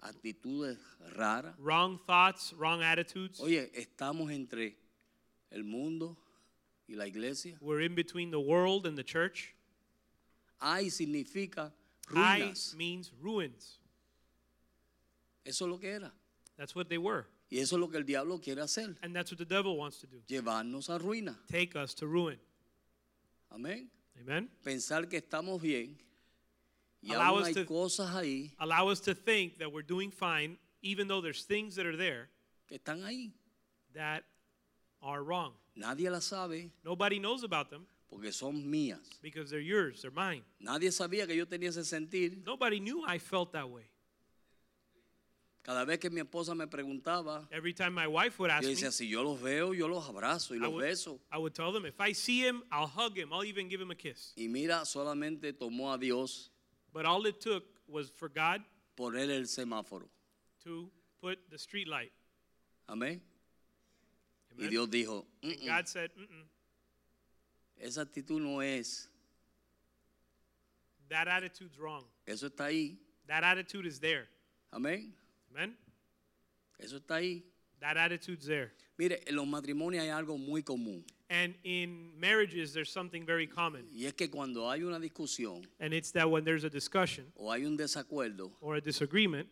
actitudes raras.
Wrong thoughts, wrong attitudes.
Oye, estamos entre el mundo y la iglesia.
We're in between the world and the church.
Ay Ah, significa
I
ruinas.
means ruins.
Eso es lo que era.
That's what they were.
Y eso es lo que el diablo quiere hacer.
And that's what the devil wants to do
Llevarnos a ruina.
take us to ruin.
Amén.
Amen.
Pensar que estamos bien. Y
Allow
aún
us
hay
to-
cosas ahí
Allow us to think that we're doing fine, even though there's things that are there
que están ahí.
that are wrong.
Nadie las sabe
Nobody knows about them
porque son mías.
because they're yours, they're mine.
Nadie sabía que yo tenía ese sentir.
Nobody knew I felt that way.
Cada vez que mi esposa me preguntaba,
Every time my wife would ask
yo
me,
decía, si yo los veo, yo los abrazo y
I
los
would,
beso.
I would tell them, if I see him, I'll hug him, I'll even give him a kiss.
Y mira, solamente tomó a Dios
But all it took was for God
poner el semáforo.
to put the street light.
Amén. Y
Amen.
Dios dijo, "Mm,
And God said, Mm-mm,
esa actitud no es,
that attitude's wrong.
eso está ahí.
That attitude is there.
Amén.
Amen?
Eso está ahí.
That attitude's there.
Mire, en los matrimonios hay algo muy común.
And in marriages, there's something very common.
Y es que cuando hay una discusión
And it's that when there's a discussion
o hay un desacuerdo,
or a disagreement,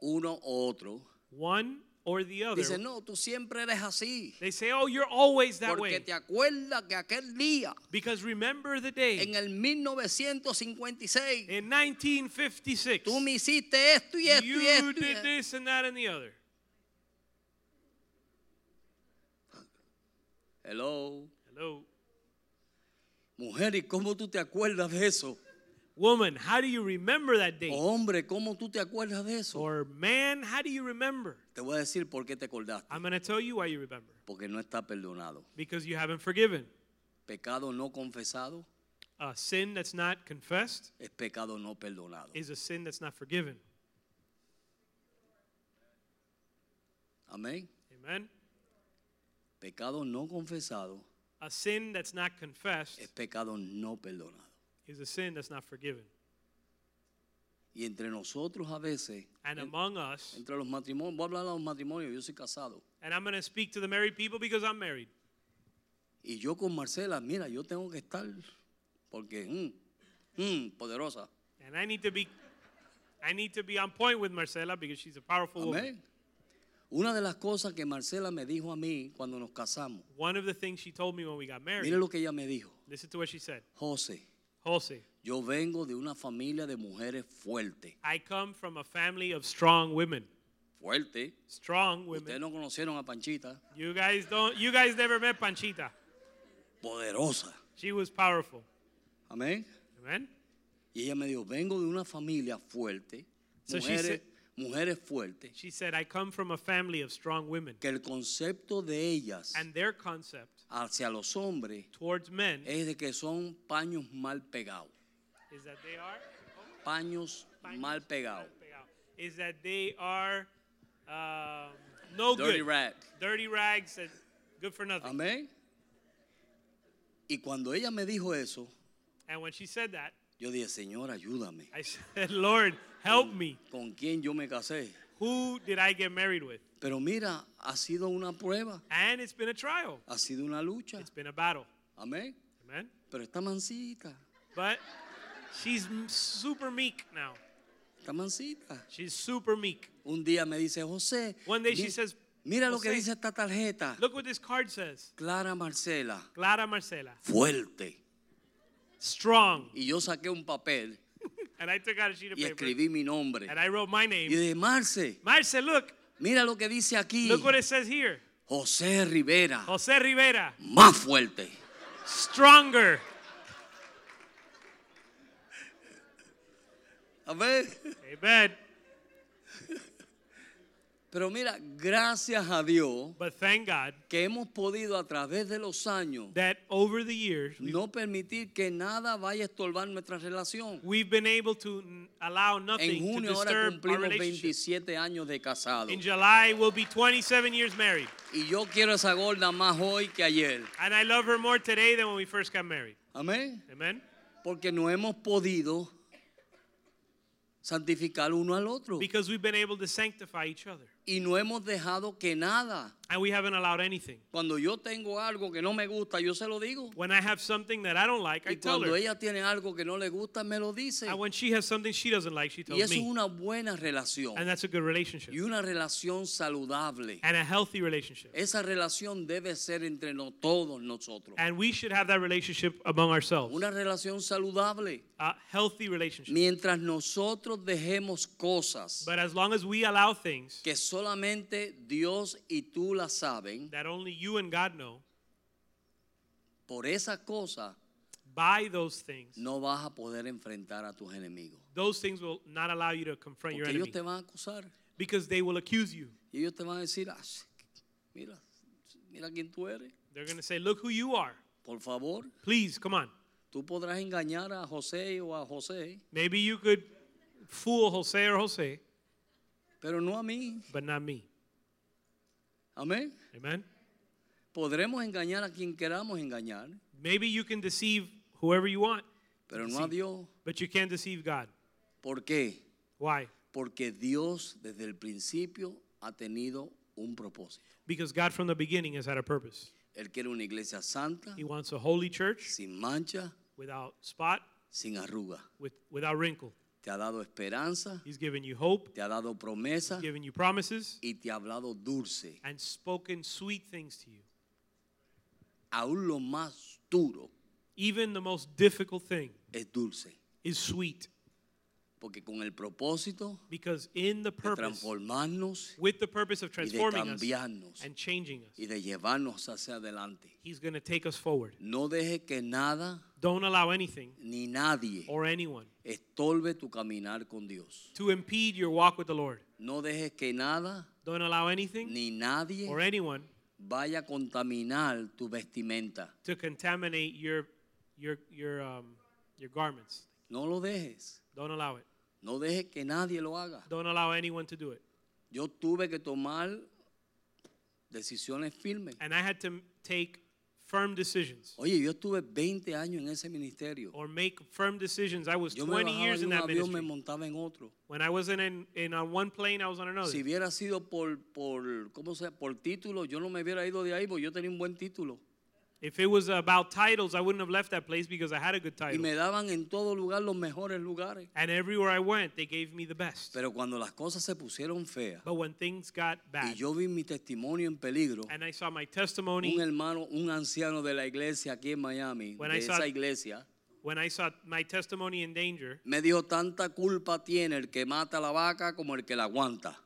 uno u otro
one or the other,
dice, no, tú siempre eres así.
they say, oh, you're always that
Porque
way.
te acuerdas que aquel día
Because remember the
en
day
el 1956
in 1956,
tú me hiciste esto y esto y
you
esto. y
did
esto".
this and that and the other.
Hello.
Hello.
Mujer, ¿y cómo tú te acuerdas de eso?
Woman, how do you remember that date?
Hombre, ¿cómo tú te acuerdas de eso?
Or man, how do you remember?
Te voy a decir por qué te acordaste.
I'm going to tell you why you remember.
Porque no está perdonado.
Because you haven't forgiven.
Pecado no confesado
A sin that's not confessed
es pecado no perdonado.
is a sin that's not forgiven.
Amén.
Amen.
Pecado no confesado
A sin that's not confessed
es pecado no perdonado.
is a sin that's not forgiven.
Y entre nosotros a veces,
And among us,
entre los matrimonios, voy a hablar de los matrimonios, yo soy casado.
and I'm going to speak to the married people because I'm married.
Y yo con Marcela, mira, yo tengo que estar, porque, mm, mm, poderosa.
And I need to be I need to be on point with Marcela because she's a powerful woman.
Amén. Una de las cosas que Marcela me dijo a mí cuando nos casamos,
One of the things she told me when we got married,
mire lo que ella me dijo,
listen to what she said.
José,
Jose,
yo vengo de una familia de mujeres fuertes,
I come from a family of strong women.
fuerte.
Strong
Ustedes
women.
no conocieron a Panchita,
You guys don't you guys never met Panchita.
poderosa.
She was powerful.
Amén.
Amen.
Y ella me dijo, vengo de una familia fuerte,
So she
mujeres, mujeres fuertes,
She said, I come from a family of strong women.
que el concepto de ellas
And their concept
hacia los hombres
towards men
es de que son paños mal pegados.
is that they are
Paños mal pegados.
is that they are um, no
Dirty
good.
rag.
Dirty rags and good for nothing.
Amén. Y cuando ella me dijo eso,
And when she said that,
yo dije, Señor, ayúdame.
I *laughs* said, Lord, help me.
¿Con quién yo me casé?
Who did I get married with?
Pero mira, ha sido una prueba,
And it's been a trial,
ha sido una lucha.
it's been a battle.
Amén.
Amen.
Pero está mansita,
But she's m- super meek now.
está mansita.
She's super meek.
Un día me dice, José,
One day she
mi-
says,
mira lo que
"José,
dice esta tarjeta.
Look what this card says
Clara Marcela,
Clara Marcela,
fuerte.
strong.
Y yo saqué un papel
And I took out a sheet of
y
paper
escribí mi nombre.
and I wrote my
Y
name.
dije, Marce,
Marce, look,
mira lo que dice aquí.
look what it says here.
José Rivera,
Jose Rivera,
más fuerte.
stronger.
Amén.
Amen.
Pero mira, gracias a Dios
But thank God
que hemos podido a través de los años
that over the years,
no permitir que nada vaya a estorbar nuestra relación.
we've been able to n- allow
En
nothing to
junio ahora
disturb our
cumplimos
relationship.
27 años de casado.
In July, we'll be 27 years married.
Y yo quiero esa gorda más hoy que ayer.
And I love her more today than when we first got married.
Amén.
Amen?
Porque no hemos podido santificar uno al otro.
Because we've been able to sanctify each other.
Y no hemos dejado que nada.
And we haven't allowed anything.
Cuando yo tengo algo que no me gusta, yo se lo digo.
When I have something that I don't like, I
Y
tell
cuando
her.
ella tiene algo que no le gusta, me lo dice.
And when she has something she doesn't like, she
Y
tells
eso es
me.
una buena relación.
And that's a good relationship.
Y una relación saludable.
And a healthy relationship.
Esa relación debe ser entre no- todos nosotros.
And we should have that relationship among ourselves.
Una relación saludable.
A healthy relationship.
Mientras nosotros dejemos cosas
But as long as we allow things
que solamente Dios y tú las saben,
that only you and God know,
por esas cosas
by those things,
no vas a poder enfrentar a tus enemigos.
those things will not allow you to confront
Porque
your
ellos
enemy
te van a acusar.
because they will accuse you.
Y ellos te van a decir, "Ah, sí, mira, mira quién tú eres.
They're going to say, Look who you are.
Por favor,
Please, come on.
tú podrás engañar a José o a José,
Maybe you could fool Jose or Jose,
pero no a mí.
but not me.
Amén.
Amen?
Podremos engañar a quien queramos engañar,
Maybe you can deceive whoever you want,
pero no a Dios.
but you can't deceive God.
¿Por qué?
Why?
Porque Dios desde el principio ha tenido un propósito.
Because God from the beginning has had a purpose.
Él quiere una iglesia santa,
He wants a holy church
sin mancha,
without spot,
sin arruga.
with, without wrinkle.
Te ha dado esperanza,
He's given you hope,
te ha dado promesa
given you promises,
y te ha hablado dulce,
and spoken sweet things to you.
aún lo más duro
Even the most difficult thing
es dulce,
is sweet
porque con el propósito
because in the
de
purpose,
transformarnos
with the purpose of
y de
transforming us
cambiarnos
and changing us,
y de llevarnos hacia adelante.
He's going to take us forward.
No deje que nada
Don't allow anything
ni nadie
or anyone
estorbe tu caminar con Dios.
to impede your walk with the Lord.
No dejes que nada
Don't allow anything
ni nadie
or anyone
vaya a contaminar tu vestimenta.
to contaminate your your your um, your garments.
No lo dejes.
Don't allow it.
No dejes que nadie lo haga.
Don't allow anyone to do it.
Yo tuve que tomar decisiones firmes.
And I had to m- take firm decisions
Oye, yo estuve 20 años en ese ministerio.
or make firm decisions. I was
Yo me
20
bajaba
years
de
in
un
that
avión, me
ministry.
montaba en otro.
When I wasn't in, in on one plane, I was on another.
Si hubiera sido por, por, ¿cómo sea? por título, yo no me hubiera ido de ahí porque yo tenía un buen título.
If it was about titles, I wouldn't have left that place because I had a good
Y
title.
me daban en todo lugar los mejores lugares.
And everywhere I went, they gave me the best.
Pero cuando las cosas se pusieron feas
But when things got
y
bad
yo vi mi testimonio en peligro,
and I saw my
un
testimony,
hermano, un anciano de la iglesia aquí en Miami,
When
de
I saw-
esa iglesia,
when I saw my testimony in danger,
me dijo, tanta culpa tiene el que mata la vaca como el que la aguanta.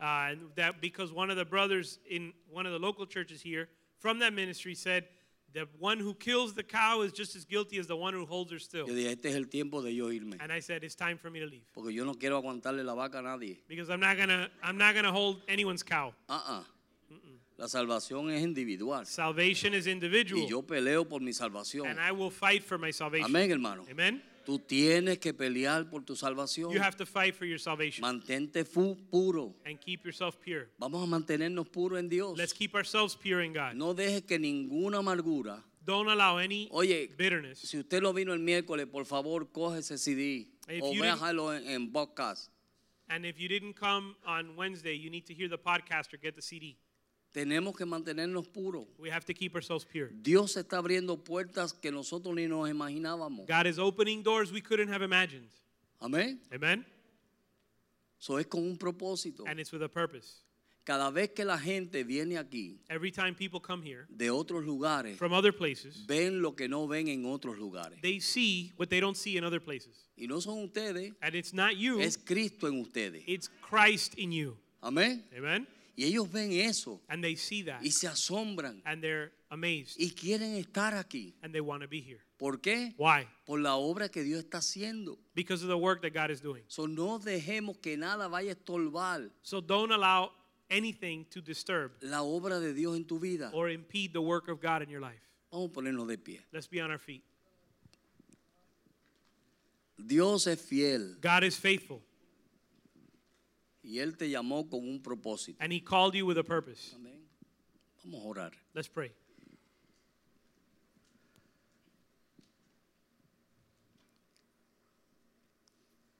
uh, and that because one of the brothers in one of the local churches here from that ministry said the one who kills the cow is just as guilty as the one who holds her still.
Yo dije, este es el tiempo de yo irme,
And I said it's time for me to leave
porque yo no quiero aguantarle la vaca a nadie.
because I'm not gonna I'm not gonna hold anyone's cow.
Ah, ah. La salvación es individual.
Salvation is individual,
Y yo peleo por mi salvación.
and I will fight for my salvation.
Amén, hermano.
Amen?
Tú tienes que pelear por tu salvación.
You have to fight for your salvation
Mantente fu- puro.
and keep yourself pure.
Vamos a mantenernos puros en Dios.
Let's keep ourselves pure in God.
No dejes que ninguna amargura
Don't allow any
Oye,
bitterness.
si usted lo vino el miércoles, por favor, coge ese CD
If
o
you
véjalo en, en podcast.
And if you didn't come on Wednesday, you need to hear the podcast or get the CD.
Tenemos que mantenernos puros.
We have to keep ourselves pure.
Dios está abriendo puertas que nosotros ni nos imaginábamos.
God is opening doors we couldn't have imagined.
Amén.
Amen?
Eso es con un propósito.
And it's with a purpose.
Cada vez que la gente viene aquí
Every time people come here
de otros lugares,
from other places,
ven lo que no ven en otros lugares.
they see what they don't see in other places.
Y no son ustedes,
And it's not you,
es Cristo en ustedes.
it's Christ in you.
Amén.
Amen?
Y ellos ven eso
And they see that.
y se asombran
And they're amazed.
y quieren estar aquí.
And they want to be here.
¿Por qué?
Why?
Por la obra que Dios está haciendo.
Because of the work that God is doing.
So, no dejemos que nada vaya a estorbar
So don't allow anything to disturb
la obra de Dios en tu vida.
or impede the work of God in your life.
Vamos a ponernos de pie.
Let's be on our feet.
Dios es fiel
God is faithful,
y Él te llamó con un propósito.
and He called you with a purpose.
Amén. Vamos a orar.
Let's pray.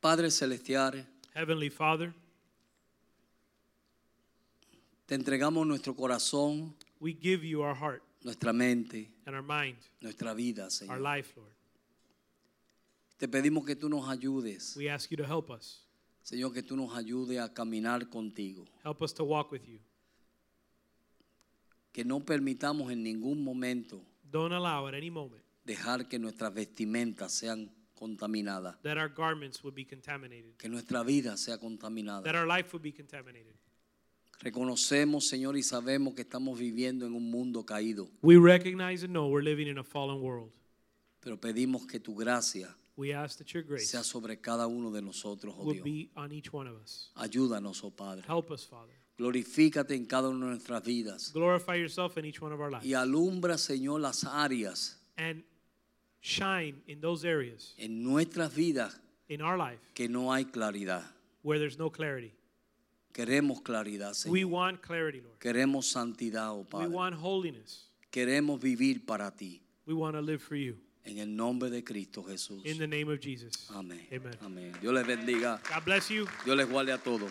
Padre Celestial,
Heavenly Father,
te entregamos nuestro corazón,
we give you our heart
nuestra mente,
and our mind,
nuestra vida,
our
Señor.
life, Lord.
Te pedimos que tú nos ayudes,
We ask you to help us.
Señor, que tú nos ayudes a caminar contigo.
Help us to walk with you.
Que no permitamos en ningún momento
Don't allow at any moment
dejar que nuestras vestimentas sean contaminadas,
that our garments would be contaminated,
que nuestra vida sea
that
contaminada.
our life would be contaminated.
Reconocemos, Señor, y sabemos que estamos viviendo en un mundo caído,
We recognize and know we're living in a fallen world.
pero pedimos que tu gracia
We ask that your grace
sea sobre cada uno de nosotros, oh
would
Dios.
be on each one of us.
Ayúdanos, oh Padre.
Help us, Father.
Glorifícate en cada una de nuestras vidas
Glorify yourself in each one of our lives.
y alumbra, Señor, las áreas
and shine in those areas
en nuestras vidas
in our life
que no hay claridad.
where there's no clarity.
Queremos claridad,
We
Señor.
want clarity, Lord.
Queremos santidad, oh
We
Padre.
want holiness.
Queremos vivir para ti.
We want to live for you.
En el nombre de Cristo Jesús.
In the name of Jesus.
Amén.
Amen.
Amén. Dios les bendiga.
God bless you.
Dios les guarde a todos.